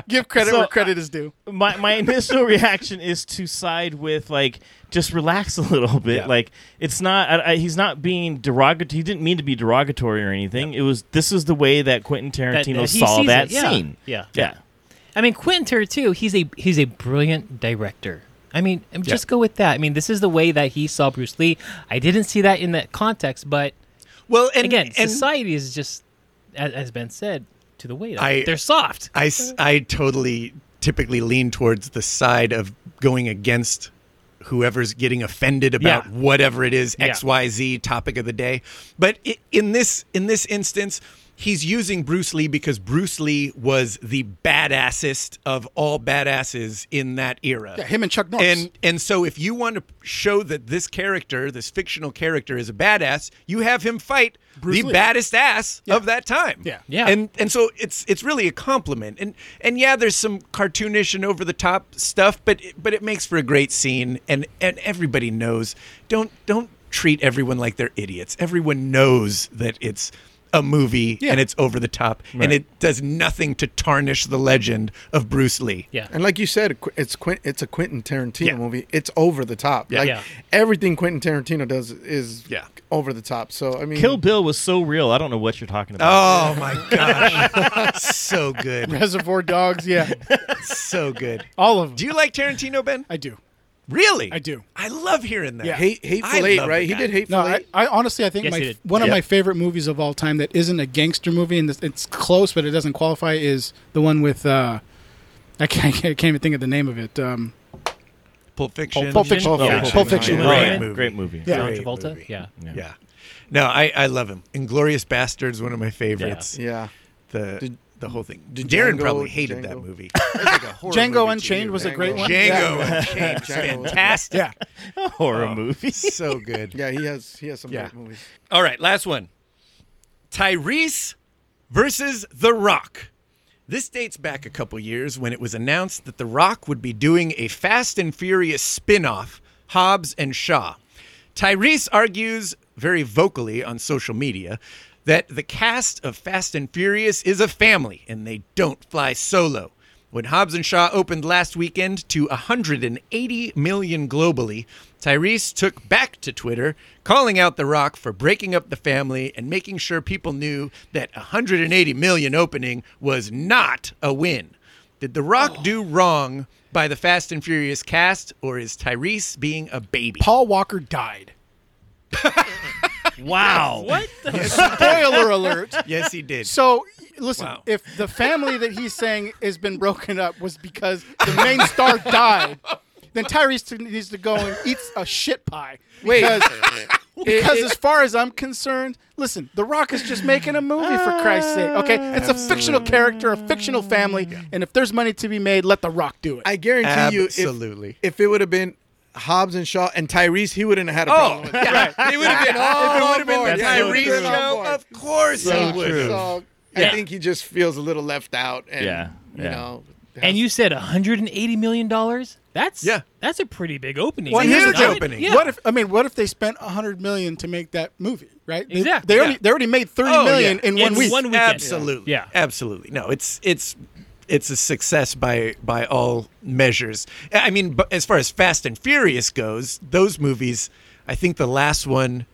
[SPEAKER 6] Give credit
[SPEAKER 2] So,
[SPEAKER 1] uh,
[SPEAKER 6] where credit is due.
[SPEAKER 2] my my initial reaction is to side with like just relax a little bit.
[SPEAKER 1] Yeah.
[SPEAKER 2] Like it's not I, I, he's not being derogatory. He didn't mean to be derogatory or anything. It was this is the way that Quentin
[SPEAKER 4] That-
[SPEAKER 2] Tarantino
[SPEAKER 4] that he
[SPEAKER 2] saw
[SPEAKER 4] sees
[SPEAKER 2] that
[SPEAKER 4] it. Yeah.
[SPEAKER 2] scene.
[SPEAKER 4] Yeah.
[SPEAKER 2] Yeah.
[SPEAKER 4] I mean, Quentin Tarantino, he's a he's a brilliant director. I mean, just go with that. I mean, this is the way that he saw Bruce Lee. I didn't see that in that context, but
[SPEAKER 1] Well, and
[SPEAKER 4] again,
[SPEAKER 1] and
[SPEAKER 4] society is just, as, as Ben said, to the way that
[SPEAKER 1] I-
[SPEAKER 4] they're soft.
[SPEAKER 1] I, s- I totally typically lean towards the side of going against whoever's getting offended about
[SPEAKER 4] Yeah.
[SPEAKER 1] whatever it is
[SPEAKER 4] Yeah.
[SPEAKER 1] xyz topic of the day but i in this in this instance he's using bruce lee because bruce lee was the badassest of all badasses in that era
[SPEAKER 6] Yeah, him and Chuck Norris.
[SPEAKER 1] and and so if you want to show that this character this fictional character is a badass you have him fight the
[SPEAKER 6] Lee.
[SPEAKER 1] baddest ass of that time
[SPEAKER 6] Yeah.
[SPEAKER 4] Yeah.
[SPEAKER 1] and and so it's it's really a compliment and and yeah there's some cartoonish and over the top stuff but it- but it makes for a great scene and and everybody knows don't don't treat everyone like they're idiots everyone knows that it's a movie and it's over the top and it does nothing to tarnish the legend of Bruce Lee
[SPEAKER 4] Yeah.
[SPEAKER 5] And like you said, it- it's Quint, it's a Quentin Tarantino
[SPEAKER 1] Yeah.
[SPEAKER 5] movie. It's over the top. Like
[SPEAKER 4] Yeah.
[SPEAKER 5] everything Quentin Tarantino does is
[SPEAKER 1] Yeah.
[SPEAKER 5] over the top. So I mean,
[SPEAKER 2] Kill Bill was so real. I don't know what you're talking about.
[SPEAKER 1] oh my gosh so good
[SPEAKER 6] Reservoir Dogs, yeah,
[SPEAKER 1] so good
[SPEAKER 6] all of them.
[SPEAKER 1] do you like Tarantino Ben
[SPEAKER 6] I do.
[SPEAKER 1] really
[SPEAKER 6] I do.
[SPEAKER 1] I love hearing that
[SPEAKER 6] Yeah.
[SPEAKER 5] hate
[SPEAKER 1] I
[SPEAKER 5] hateful eight,
[SPEAKER 1] love the
[SPEAKER 5] right? He
[SPEAKER 1] guy.
[SPEAKER 5] did hateful
[SPEAKER 6] No,
[SPEAKER 5] eight.
[SPEAKER 6] I, I honestly I think
[SPEAKER 4] Yes,
[SPEAKER 6] my
[SPEAKER 4] he did.
[SPEAKER 6] one of
[SPEAKER 1] Yeah.
[SPEAKER 6] my favorite movies of all time that isn't a gangster movie and it's- it's close but it doesn't qualify is the one with uh, I can't, I can't even think of the name of it. Um,
[SPEAKER 1] Pulp Fiction.
[SPEAKER 6] Pulp Fiction.
[SPEAKER 5] Pulp
[SPEAKER 2] Yeah.
[SPEAKER 5] Fiction.
[SPEAKER 6] Pulp Fiction.
[SPEAKER 1] Great
[SPEAKER 2] Great
[SPEAKER 1] movie.
[SPEAKER 2] movie. Great movie.
[SPEAKER 6] Yeah.
[SPEAKER 4] John
[SPEAKER 1] Great
[SPEAKER 4] Travolta.
[SPEAKER 1] movie.
[SPEAKER 4] Yeah.
[SPEAKER 1] Yeah. No, I, I love him. Inglorious Bastards, one of my favorites.
[SPEAKER 5] Yeah.
[SPEAKER 1] The
[SPEAKER 5] Did-
[SPEAKER 1] the whole thing.
[SPEAKER 5] did
[SPEAKER 1] Darren
[SPEAKER 5] Django-
[SPEAKER 1] probably hated
[SPEAKER 5] Django?
[SPEAKER 1] that movie.
[SPEAKER 6] Django Unchained was a
[SPEAKER 5] Django.
[SPEAKER 6] great one.
[SPEAKER 1] Django
[SPEAKER 5] Yeah.
[SPEAKER 1] Unchained, is
[SPEAKER 5] Django.
[SPEAKER 1] fantastic.
[SPEAKER 6] Yeah.
[SPEAKER 2] Horror movie.
[SPEAKER 1] So good.
[SPEAKER 5] Yeah, he has he has some
[SPEAKER 1] Yeah.
[SPEAKER 5] great movies.
[SPEAKER 1] All right, last one. Tyrese versus The Rock. This dates back a couple years when it was announced that The Rock would be doing a Fast and Furious spin off, Hobbs and Shaw. Tyrese argues very vocally on social media that the cast of Fast and Furious is a family and they don't fly solo. When Hobbs and Shaw opened last weekend to 180 million globally, Tyrese took back to Twitter, calling out The Rock for breaking up the family and making sure people knew that 180 million opening was not a win. Did The Rock do wrong by the Fast and Furious cast, or is Tyrese being a baby?
[SPEAKER 6] Paul Walker died.
[SPEAKER 2] Wow. What?
[SPEAKER 6] Spoiler alert.
[SPEAKER 1] yes, he did.
[SPEAKER 6] So listen,
[SPEAKER 1] Wow.
[SPEAKER 6] if the family that he's saying has been broken up was because the main star died, then Tyrese t- needs to go and eat a shit pie.
[SPEAKER 5] Wait.
[SPEAKER 6] Because, because as far as I'm concerned, listen, The Rock is just making a movie for Christ's sake. Okay, it's a fictional character, a fictional family, and if there's money to be made, let The Rock do it.
[SPEAKER 5] I guarantee you,
[SPEAKER 1] Absolutely.
[SPEAKER 5] if, if it would have been Hobbs and Shaw and Tyrese, he wouldn't have had a problem. with it.
[SPEAKER 1] yeah. It would have been
[SPEAKER 5] If it
[SPEAKER 1] all
[SPEAKER 5] would've been
[SPEAKER 1] on board.
[SPEAKER 5] the
[SPEAKER 1] Tyrese
[SPEAKER 5] Tyrese
[SPEAKER 1] show.
[SPEAKER 5] on board.
[SPEAKER 1] Of course
[SPEAKER 2] So
[SPEAKER 1] it would.
[SPEAKER 2] true.
[SPEAKER 5] So I think he just feels a little left out. And,
[SPEAKER 2] Yeah,
[SPEAKER 5] You
[SPEAKER 2] yeah.
[SPEAKER 5] know.
[SPEAKER 4] And you said 180 million dollars? That's
[SPEAKER 1] Yeah.
[SPEAKER 4] That's a pretty big opening.
[SPEAKER 1] Well,
[SPEAKER 4] Is
[SPEAKER 1] here's
[SPEAKER 4] it
[SPEAKER 1] the
[SPEAKER 4] not?
[SPEAKER 1] opening.
[SPEAKER 4] Yeah.
[SPEAKER 6] What if I mean? What if they spent a hundred million to make that movie? Right? They-
[SPEAKER 4] Exactly.
[SPEAKER 6] They, already they already made thirty
[SPEAKER 1] Oh,
[SPEAKER 6] million
[SPEAKER 1] yeah.
[SPEAKER 6] in one
[SPEAKER 4] In
[SPEAKER 6] week.
[SPEAKER 4] one weekend.
[SPEAKER 1] Absolutely.
[SPEAKER 4] Yeah.
[SPEAKER 1] Absolutely. No, it's it's it's a success by by all measures. I mean, but as far as Fast and Furious goes, those movies, I think the last one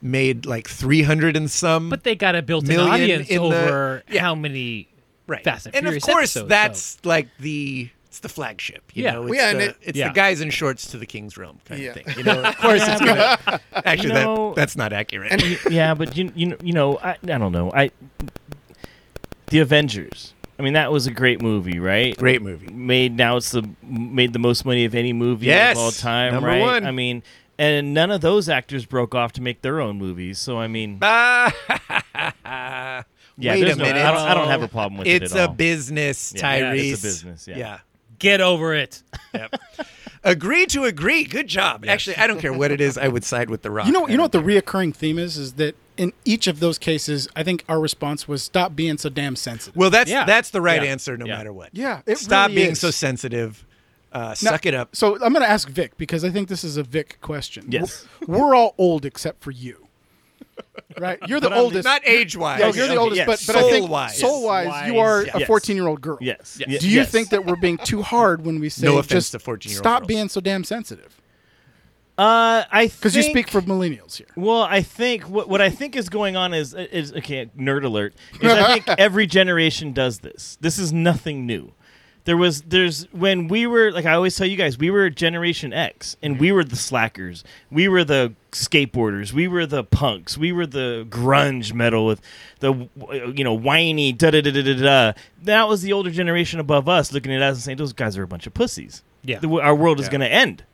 [SPEAKER 1] made like 300 and some.
[SPEAKER 4] But they got a built-in
[SPEAKER 1] Million
[SPEAKER 4] audience
[SPEAKER 1] in the-
[SPEAKER 4] over
[SPEAKER 1] Yeah.
[SPEAKER 4] how many
[SPEAKER 1] right.
[SPEAKER 4] Fast and,
[SPEAKER 1] of
[SPEAKER 4] Furious
[SPEAKER 1] course
[SPEAKER 4] episodes,
[SPEAKER 1] that's
[SPEAKER 4] so.
[SPEAKER 1] like the it's the flagship, you
[SPEAKER 4] Yeah.
[SPEAKER 1] know.
[SPEAKER 5] Well,
[SPEAKER 1] It's, the,
[SPEAKER 5] yeah, and it-
[SPEAKER 1] it's
[SPEAKER 4] Yeah.
[SPEAKER 1] the guys in shorts to the king's realm kind
[SPEAKER 5] Yeah.
[SPEAKER 1] of thing. You know, of course it's gonna, actually
[SPEAKER 2] You know-
[SPEAKER 1] that, that's not accurate.
[SPEAKER 2] yeah, but you you know, you know I, I don't know. I The Avengers. I mean, that was a great movie, right?
[SPEAKER 1] Great movie.
[SPEAKER 2] Made now it's the made the most money of any movie
[SPEAKER 1] Yes,
[SPEAKER 2] of all time,
[SPEAKER 1] number
[SPEAKER 2] right?
[SPEAKER 1] one.
[SPEAKER 2] I mean, and none of those actors broke off to make their own movies. So I mean,
[SPEAKER 1] Ah,
[SPEAKER 2] yeah,
[SPEAKER 1] wait
[SPEAKER 2] there's
[SPEAKER 1] a
[SPEAKER 2] no,
[SPEAKER 1] minute.
[SPEAKER 2] I don't, I don't have a problem with it
[SPEAKER 1] it's
[SPEAKER 2] at
[SPEAKER 1] a
[SPEAKER 2] all.
[SPEAKER 1] business,
[SPEAKER 2] Yeah. Yeah,
[SPEAKER 1] Tyrese.
[SPEAKER 2] it's a business, yeah.
[SPEAKER 4] Get over it.
[SPEAKER 1] Agree to agree. Good job. Actually, I don't care what it is. I would side with the Rock.
[SPEAKER 6] You know, you know what the reoccurring theme is? Is that in each of those cases, I think our response was stop being so damn sensitive.
[SPEAKER 1] Well, that's
[SPEAKER 4] Yeah.
[SPEAKER 1] that's the right
[SPEAKER 2] Yeah.
[SPEAKER 1] answer, no
[SPEAKER 2] Yeah.
[SPEAKER 1] matter what.
[SPEAKER 6] Yeah, it
[SPEAKER 1] Stop
[SPEAKER 6] really
[SPEAKER 1] being
[SPEAKER 6] is.
[SPEAKER 1] so sensitive. Uh,
[SPEAKER 6] Now-
[SPEAKER 1] suck it up.
[SPEAKER 6] So I'm going to ask Vic because I think this is a Vic question.
[SPEAKER 2] Yes.
[SPEAKER 6] we're, we're all old except for you, right? You're the oldest.
[SPEAKER 1] Not age wise.
[SPEAKER 6] Yeah, you're the oldest,
[SPEAKER 2] yes.
[SPEAKER 6] but, but I think
[SPEAKER 1] Soul-wise.
[SPEAKER 6] soul wise, you are
[SPEAKER 2] Yes.
[SPEAKER 6] a 14 year old girl.
[SPEAKER 2] yes.
[SPEAKER 1] Yes.
[SPEAKER 2] Ye-
[SPEAKER 6] Do you
[SPEAKER 2] yes.
[SPEAKER 6] think that we're being too hard when we say
[SPEAKER 1] No offense
[SPEAKER 6] just
[SPEAKER 1] to 14-year-old
[SPEAKER 6] stop
[SPEAKER 1] girls.
[SPEAKER 6] being so damn sensitive?
[SPEAKER 2] Uh, I
[SPEAKER 6] Because
[SPEAKER 2] because
[SPEAKER 6] you speak for millennials here.
[SPEAKER 2] Well, I think what what I think is going on is is okay. Nerd alert! Is I think every generation does this. This is nothing new. There was there's when we were like I always tell you guys we were Generation X and we were the slackers. We were the skateboarders. We were the punks. We were the grunge metal with the you know whiny da da da da da da. That was the older generation above us looking at us and saying those guys are a bunch of pussies.
[SPEAKER 4] Yeah.
[SPEAKER 2] The- our world is
[SPEAKER 1] Yeah.
[SPEAKER 2] going to end.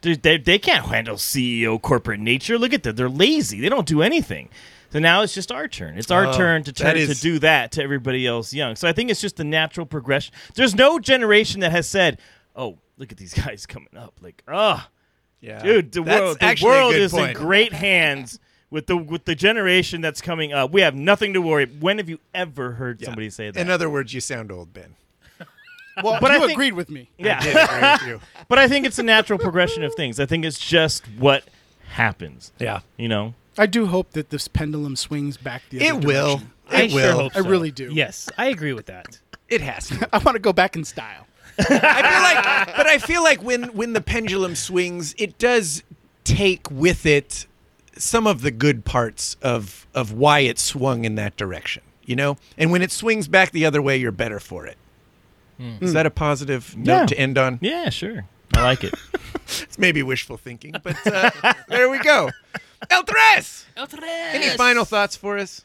[SPEAKER 2] They, they, they can't handle CEO corporate nature. Look at them. They're lazy. They don't do anything. So now it's just our turn. It's our
[SPEAKER 1] Oh,
[SPEAKER 2] turn to
[SPEAKER 1] that
[SPEAKER 2] turn
[SPEAKER 1] is-
[SPEAKER 2] to do that to everybody else young. So I think it's just the natural progression. There's no generation that has said, "Oh, look at these guys coming up." Like, "Ah,
[SPEAKER 1] Yeah.
[SPEAKER 2] dude, the
[SPEAKER 1] That's
[SPEAKER 2] world the
[SPEAKER 1] actually a
[SPEAKER 2] world
[SPEAKER 1] good
[SPEAKER 2] is in
[SPEAKER 1] point.
[SPEAKER 2] great hands." With the with the generation that's coming up, we have nothing to worry. When have you ever heard
[SPEAKER 1] Yeah.
[SPEAKER 2] somebody say that?
[SPEAKER 1] In other words, you sound old, Ben.
[SPEAKER 6] Well,
[SPEAKER 2] But
[SPEAKER 6] you
[SPEAKER 2] I think-
[SPEAKER 6] agreed with me.
[SPEAKER 2] yeah,
[SPEAKER 1] I did agree with you.
[SPEAKER 2] but I think it's a natural progression of things. I think it's just what happens.
[SPEAKER 1] Yeah.
[SPEAKER 2] You know?
[SPEAKER 6] I do hope that this pendulum swings back the other
[SPEAKER 1] It will.
[SPEAKER 6] direction.
[SPEAKER 1] It
[SPEAKER 4] I
[SPEAKER 1] will.
[SPEAKER 4] sure hope
[SPEAKER 6] I
[SPEAKER 4] so.
[SPEAKER 6] really do.
[SPEAKER 4] Yes, I agree with that.
[SPEAKER 1] It has to.
[SPEAKER 6] I want to go back in style.
[SPEAKER 1] I feel like, but I feel like when when the pendulum swings, it does take with it some of the good parts of of why it swung in that direction, you know. And when it swings back the other way, you're better for it. Is that a positive
[SPEAKER 2] Yeah.
[SPEAKER 1] note to end on?
[SPEAKER 2] Yeah, sure. I like it.
[SPEAKER 1] It's maybe wishful thinking, but uh, there we go. El Tres. Any final thoughts for us?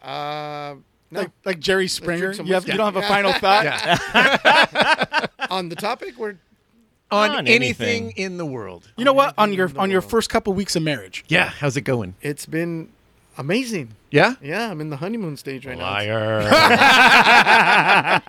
[SPEAKER 5] Uh,
[SPEAKER 6] Like, like Jerry Springer.
[SPEAKER 5] some
[SPEAKER 6] You, have,
[SPEAKER 5] whiskey.
[SPEAKER 6] you don't have a final thought.
[SPEAKER 1] Yeah.
[SPEAKER 5] On the topic, we're
[SPEAKER 1] On,
[SPEAKER 2] On
[SPEAKER 1] anything.
[SPEAKER 2] anything.
[SPEAKER 1] in the world.
[SPEAKER 6] You know what? On your on your first couple weeks of marriage,
[SPEAKER 1] Yeah, how's it going?
[SPEAKER 5] it's been amazing.
[SPEAKER 1] Yeah?
[SPEAKER 5] Yeah, I'm in the honeymoon stage right
[SPEAKER 1] Liar.
[SPEAKER 5] now.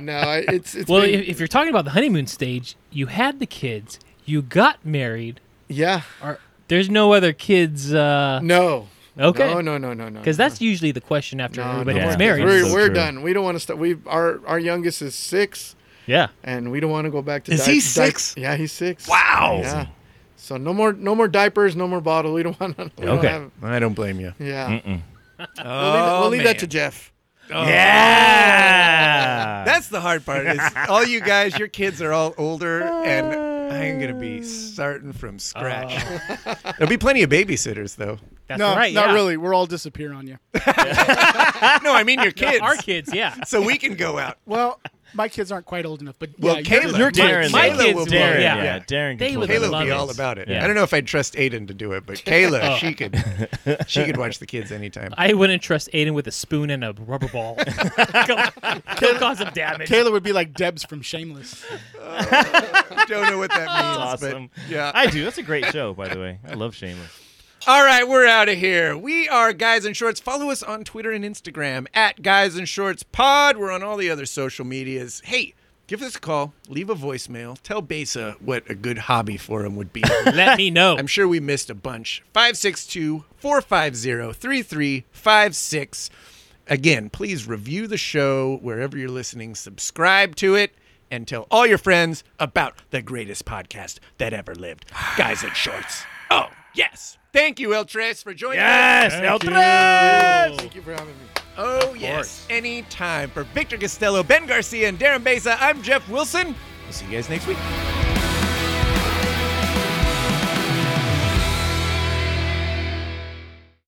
[SPEAKER 5] No, I- it's it's
[SPEAKER 4] Well,
[SPEAKER 5] been-
[SPEAKER 4] if, if you're talking about the honeymoon stage, you had the kids, you got married.
[SPEAKER 5] yeah.
[SPEAKER 4] Are, there's no other kids. Uh,
[SPEAKER 5] No.
[SPEAKER 4] Okay.
[SPEAKER 5] No, no, no, no, no.
[SPEAKER 4] Because that's usually the question after
[SPEAKER 5] No,
[SPEAKER 4] everybody
[SPEAKER 5] no,
[SPEAKER 4] gets
[SPEAKER 2] Yeah.
[SPEAKER 4] married.
[SPEAKER 5] We're,
[SPEAKER 2] So
[SPEAKER 5] we're
[SPEAKER 2] true.
[SPEAKER 5] done. We don't want to stop. We our our youngest is six,
[SPEAKER 2] yeah.
[SPEAKER 5] and we don't want to go back to.
[SPEAKER 1] Is
[SPEAKER 5] di-
[SPEAKER 1] he
[SPEAKER 5] di-
[SPEAKER 1] six?
[SPEAKER 5] yeah, he's six.
[SPEAKER 1] wow.
[SPEAKER 5] Yeah. So no more no more diapers, no more bottle. We don't want to.
[SPEAKER 2] Okay.
[SPEAKER 5] have,
[SPEAKER 1] I don't blame you. Oh,
[SPEAKER 5] yeah. We'll leave, it- we'll leave
[SPEAKER 1] man.
[SPEAKER 5] that to Jeff.
[SPEAKER 2] Yeah.
[SPEAKER 1] That's the hard part. Is all you guys, your kids are all older, and I'm gonna be starting from scratch. There'll be plenty of babysitters, though.
[SPEAKER 4] That's
[SPEAKER 6] no,
[SPEAKER 4] right.
[SPEAKER 6] not
[SPEAKER 4] yeah.
[SPEAKER 6] really. We're all disappear on you.
[SPEAKER 1] No, I mean your kids,
[SPEAKER 4] Our kids, yeah.
[SPEAKER 1] so we can go out.
[SPEAKER 6] Well, my kids aren't quite old enough, but
[SPEAKER 1] Well,
[SPEAKER 6] yeah,
[SPEAKER 1] Caleb,
[SPEAKER 6] your
[SPEAKER 1] Darren,
[SPEAKER 6] kids.
[SPEAKER 4] my
[SPEAKER 1] Kayla
[SPEAKER 4] kids
[SPEAKER 1] will
[SPEAKER 4] did,
[SPEAKER 1] be all-
[SPEAKER 2] Darren, yeah.
[SPEAKER 1] yeah.
[SPEAKER 2] Darren
[SPEAKER 4] They
[SPEAKER 2] can
[SPEAKER 4] would
[SPEAKER 2] pull
[SPEAKER 1] Kayla
[SPEAKER 2] that
[SPEAKER 1] will
[SPEAKER 4] love
[SPEAKER 1] be
[SPEAKER 4] it.
[SPEAKER 1] all about it.
[SPEAKER 2] Yeah.
[SPEAKER 1] I don't know if I'd trust Aiden to do it, but Kayla, she could, she could watch the kids anytime.
[SPEAKER 4] I wouldn't trust Aiden with a spoon and a rubber ball. Go- go cause some damage.
[SPEAKER 6] Caleb would be like Debs from Shameless.
[SPEAKER 1] don't know what that means,
[SPEAKER 2] That's awesome.
[SPEAKER 1] but yeah,
[SPEAKER 2] I do. That's a great show, by the way. I love Shameless.
[SPEAKER 1] All right, we're out of here. We are Guys in Shorts. Follow us on Twitter and Instagram at Guys in Shorts Pod. We're on all the other social medias. Hey, give us a call, leave a voicemail, tell Besa what a good hobby for him would be.
[SPEAKER 4] Let me know.
[SPEAKER 1] I'm sure we missed a bunch. 562 450 3356. Again, please review the show wherever you're listening, subscribe to it, and tell all your friends about the greatest podcast that ever lived Guys in Shorts. Oh, yes. Thank you, El Tres, for joining us.
[SPEAKER 2] El Tres!
[SPEAKER 5] Thank you for having me.
[SPEAKER 1] Oh, yes. Anytime. For Victor Costello, Ben Garcia, and Darren Besa, I'm Jeff Wilson. We'll see you guys next week.